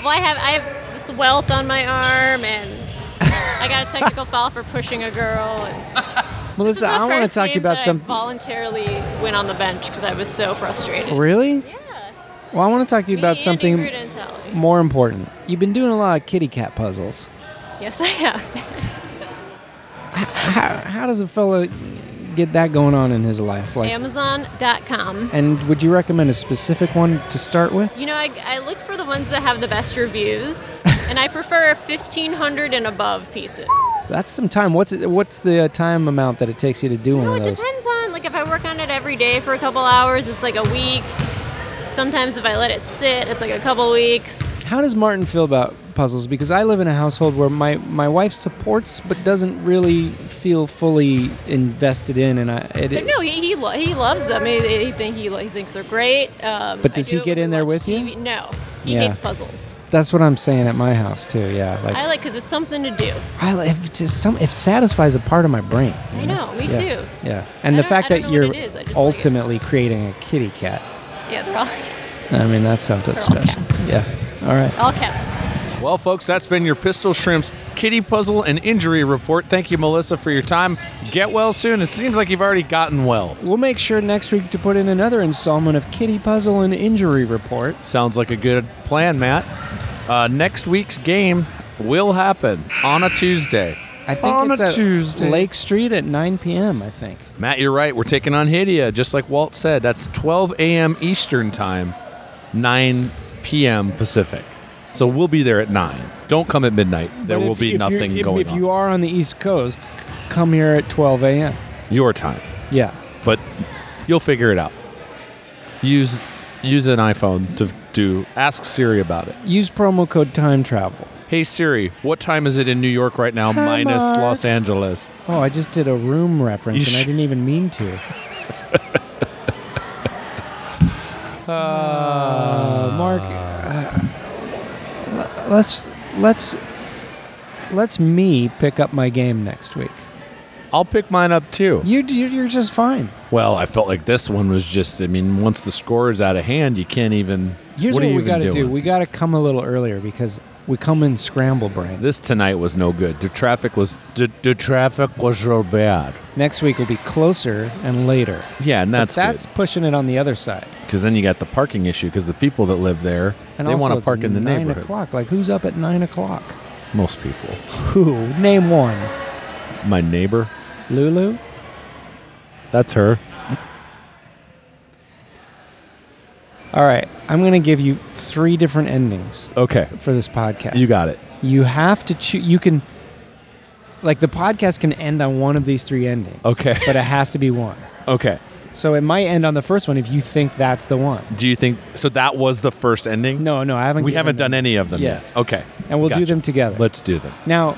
Speaker 7: Well, I have I have this welt on my arm, and I got a technical foul for pushing a girl. And this is
Speaker 1: Melissa,
Speaker 7: the
Speaker 1: I want to
Speaker 7: first
Speaker 1: talk to you
Speaker 7: game
Speaker 1: about
Speaker 7: that I
Speaker 1: something.
Speaker 7: voluntarily went on the bench because I was so frustrated.
Speaker 1: Really?
Speaker 7: Yeah.
Speaker 1: Well, I want to talk to you
Speaker 7: Me,
Speaker 1: about
Speaker 7: Andy,
Speaker 1: something
Speaker 7: Rude, and Sally.
Speaker 1: more important. You've been doing a lot of kitty cat puzzles.
Speaker 7: Yes, I have.
Speaker 1: How, how does a fella get that going on in his life? Like,
Speaker 7: Amazon.com.
Speaker 1: and would you recommend a specific one to start with?
Speaker 7: You know, I, I look for the ones that have the best reviews, and I prefer 1,500 and above pieces.
Speaker 1: That's some time. What's it, what's the uh, time amount that it takes you to do
Speaker 7: No,
Speaker 1: one
Speaker 7: it
Speaker 1: of those?
Speaker 7: depends on like if I work on it every day for a couple hours, it's like a week. Sometimes if I let it sit, it's like a couple weeks.
Speaker 1: How does Martin feel about puzzles? Because I live in a household where my, my wife supports but doesn't really feel fully invested in, and I it,
Speaker 7: But no, he he, lo- he loves them. He, he think he, lo- he thinks they're great. Um,
Speaker 1: But
Speaker 7: I
Speaker 1: does
Speaker 7: do
Speaker 1: he
Speaker 7: it
Speaker 1: get
Speaker 7: when
Speaker 1: in
Speaker 7: we
Speaker 1: there
Speaker 7: watch
Speaker 1: with you?
Speaker 7: TV. No, he
Speaker 1: Yeah.
Speaker 7: hates puzzles.
Speaker 1: that's what I'm saying at my house too. Yeah, like
Speaker 7: I
Speaker 1: I,
Speaker 7: like because it's something to do.
Speaker 1: if it's just some it satisfies a part of my brain. you
Speaker 7: I know, me
Speaker 1: yeah.
Speaker 7: too.
Speaker 1: Yeah, and
Speaker 7: I
Speaker 1: the
Speaker 7: don't-
Speaker 1: fact
Speaker 7: I don't
Speaker 1: that
Speaker 7: know
Speaker 1: you're
Speaker 7: what it is, I just like it.
Speaker 1: ultimately creating a kitty cat.
Speaker 7: Yeah, they're all
Speaker 1: I mean, that's
Speaker 7: They're
Speaker 1: something
Speaker 7: all
Speaker 1: special. Yeah. All right.
Speaker 7: all cats.
Speaker 2: Well, folks, that's been your Pistol Shrimps kitty puzzle and injury report. Thank you, Melissa, for your time. Get well soon. It seems like you've already gotten well.
Speaker 1: We'll make sure next week to put in another installment of Kitty Puzzle and Injury Report.
Speaker 2: Sounds like a good plan, Matt. Uh, next week's game will happen on a Tuesday.
Speaker 1: I think
Speaker 2: On
Speaker 1: it's
Speaker 2: a
Speaker 1: at
Speaker 2: Tuesday.
Speaker 1: Lake Street at 9 p.m. I think.
Speaker 2: Matt, you're right. We're taking on Hidia, just like Walt said. That's 12 a.m. Eastern Time, 9 p.m. Pacific. So we'll be there at 9. Don't come at midnight. There
Speaker 1: But
Speaker 2: will
Speaker 1: if-
Speaker 2: be
Speaker 1: if you're-
Speaker 2: nothing
Speaker 1: if-
Speaker 2: going
Speaker 1: If you
Speaker 2: on.
Speaker 1: are on the East Coast, come here at 12 a.m.
Speaker 2: Your time.
Speaker 1: Yeah.
Speaker 2: But you'll figure it out. Use use an iPhone to do ask Siri about it.
Speaker 1: Use promo code time travel.
Speaker 2: Hey Siri, what time is it in New York right now
Speaker 1: Hi,
Speaker 2: minus
Speaker 1: Mark.
Speaker 2: Los Angeles?
Speaker 1: Oh, I just did a room reference
Speaker 2: You
Speaker 1: and I
Speaker 2: sh-
Speaker 1: didn't even mean to. uh, Mark, uh, le- let's let's let's me pick up my game next week.
Speaker 2: I'll pick mine up too.
Speaker 1: You you- you're just fine.
Speaker 2: Well, I felt like this one was just. I mean, once the score is out of hand, you can't even.
Speaker 1: Here's
Speaker 2: what,
Speaker 1: what,
Speaker 2: are you
Speaker 1: we got to do.
Speaker 2: doing?
Speaker 1: We got to come a little earlier because we come in scramble brain.
Speaker 2: this tonight was no good. The traffic was the, the traffic was real bad.
Speaker 1: Next week will be closer and later.
Speaker 2: Yeah, and
Speaker 1: But
Speaker 2: that's
Speaker 1: that's
Speaker 2: that's
Speaker 1: pushing it on the other side.
Speaker 2: because then you got the parking issue because the people that live there
Speaker 1: And
Speaker 2: they
Speaker 1: also
Speaker 2: want to
Speaker 1: it's
Speaker 2: park in the
Speaker 1: nine
Speaker 2: neighborhood.
Speaker 1: o'clock. Like who's up at nine o'clock?
Speaker 2: Most people.
Speaker 1: Who? Name one.
Speaker 2: My neighbor,
Speaker 1: Lulu.
Speaker 2: that's her.
Speaker 1: All right, I'm going to give you three different endings
Speaker 2: Okay,
Speaker 1: for this podcast.
Speaker 2: you got it.
Speaker 1: You have to choose. You can, like, the podcast can end on one of these three endings.
Speaker 2: Okay.
Speaker 1: But it has to be one.
Speaker 2: Okay.
Speaker 1: So it might end on the first one if you think that's the one.
Speaker 2: Do you think so? That was the first ending.
Speaker 1: No, no, I haven't.
Speaker 2: we
Speaker 1: given
Speaker 2: haven't done
Speaker 1: them.
Speaker 2: any of them
Speaker 1: Yes.
Speaker 2: yet. Okay,
Speaker 1: And we'll do
Speaker 2: Gotcha.
Speaker 1: them together.
Speaker 2: Let's do them.
Speaker 1: now,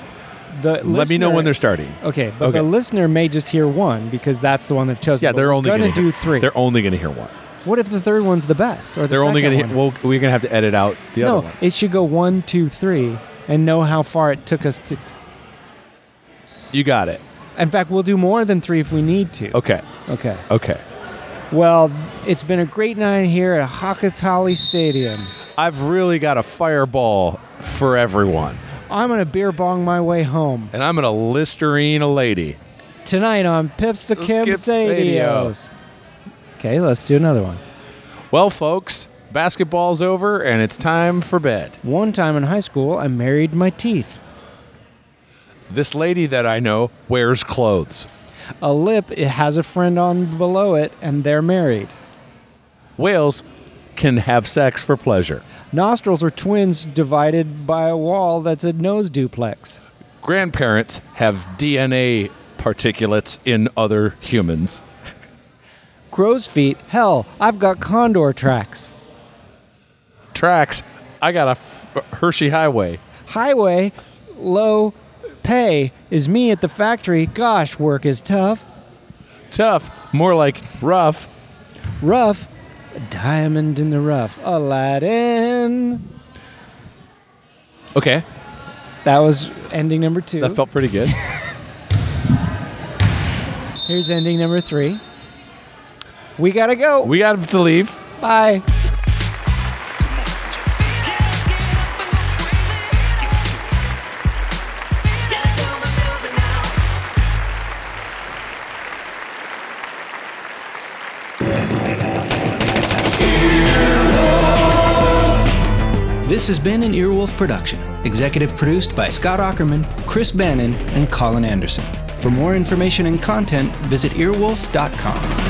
Speaker 1: the
Speaker 2: Let me know when they're starting.
Speaker 1: Okay, but
Speaker 2: Okay.
Speaker 1: the listener may just hear one because that's the one they've chosen.
Speaker 2: Yeah,
Speaker 1: but
Speaker 2: they're
Speaker 1: we're
Speaker 2: only
Speaker 1: gonna
Speaker 2: going to
Speaker 1: do three.
Speaker 2: They're only going to hear one.
Speaker 1: what if the third one's the best or the
Speaker 2: They're only
Speaker 1: second
Speaker 2: going to.
Speaker 1: one?
Speaker 2: Well, we're going to have to edit out the
Speaker 1: no,
Speaker 2: other ones.
Speaker 1: it should go one, two, three, and know how far it took us to.
Speaker 2: you got it.
Speaker 1: In fact, we'll do more than three if we need to.
Speaker 2: Okay.
Speaker 1: Okay.
Speaker 2: Okay.
Speaker 1: Well, it's been a great night here at Hakatali Stadium.
Speaker 2: I've really got a fireball for everyone,
Speaker 1: I'm gonna beer bong my way home
Speaker 2: and I'm going to Listerine a lady.
Speaker 1: tonight on Pips to Kim
Speaker 2: Kips
Speaker 1: Stadios. Okay, let's do another one.
Speaker 2: Well, folks, basketball's over, and it's time for bed.
Speaker 1: One time in high school, I married my teeth.
Speaker 2: This lady that I know wears clothes.
Speaker 1: A lip it has a friend on below it, and they're married.
Speaker 2: Whales can have sex for pleasure.
Speaker 1: Nostrils are twins divided by a wall that's a nose duplex.
Speaker 2: Grandparents have DNA particulates in other humans.
Speaker 1: Crow's feet. Hell, I've got condor tracks.
Speaker 2: Tracks. I got a f- Hershey Highway.
Speaker 1: highway, low pay is me at the factory. Gosh, work is tough.
Speaker 2: Tough, more like rough.
Speaker 1: Rough, a diamond in the rough. Aladdin.
Speaker 2: Okay,
Speaker 1: That was ending number two.
Speaker 2: that felt pretty good.
Speaker 1: Here's ending number three. We gotta go.
Speaker 2: we got to leave.
Speaker 1: Bye.
Speaker 8: This has been an Earwolf production, executive produced by Scott Ackerman, Chris Bannon, and Colin Anderson.
Speaker 4: For more information and content, visit earwolf.com.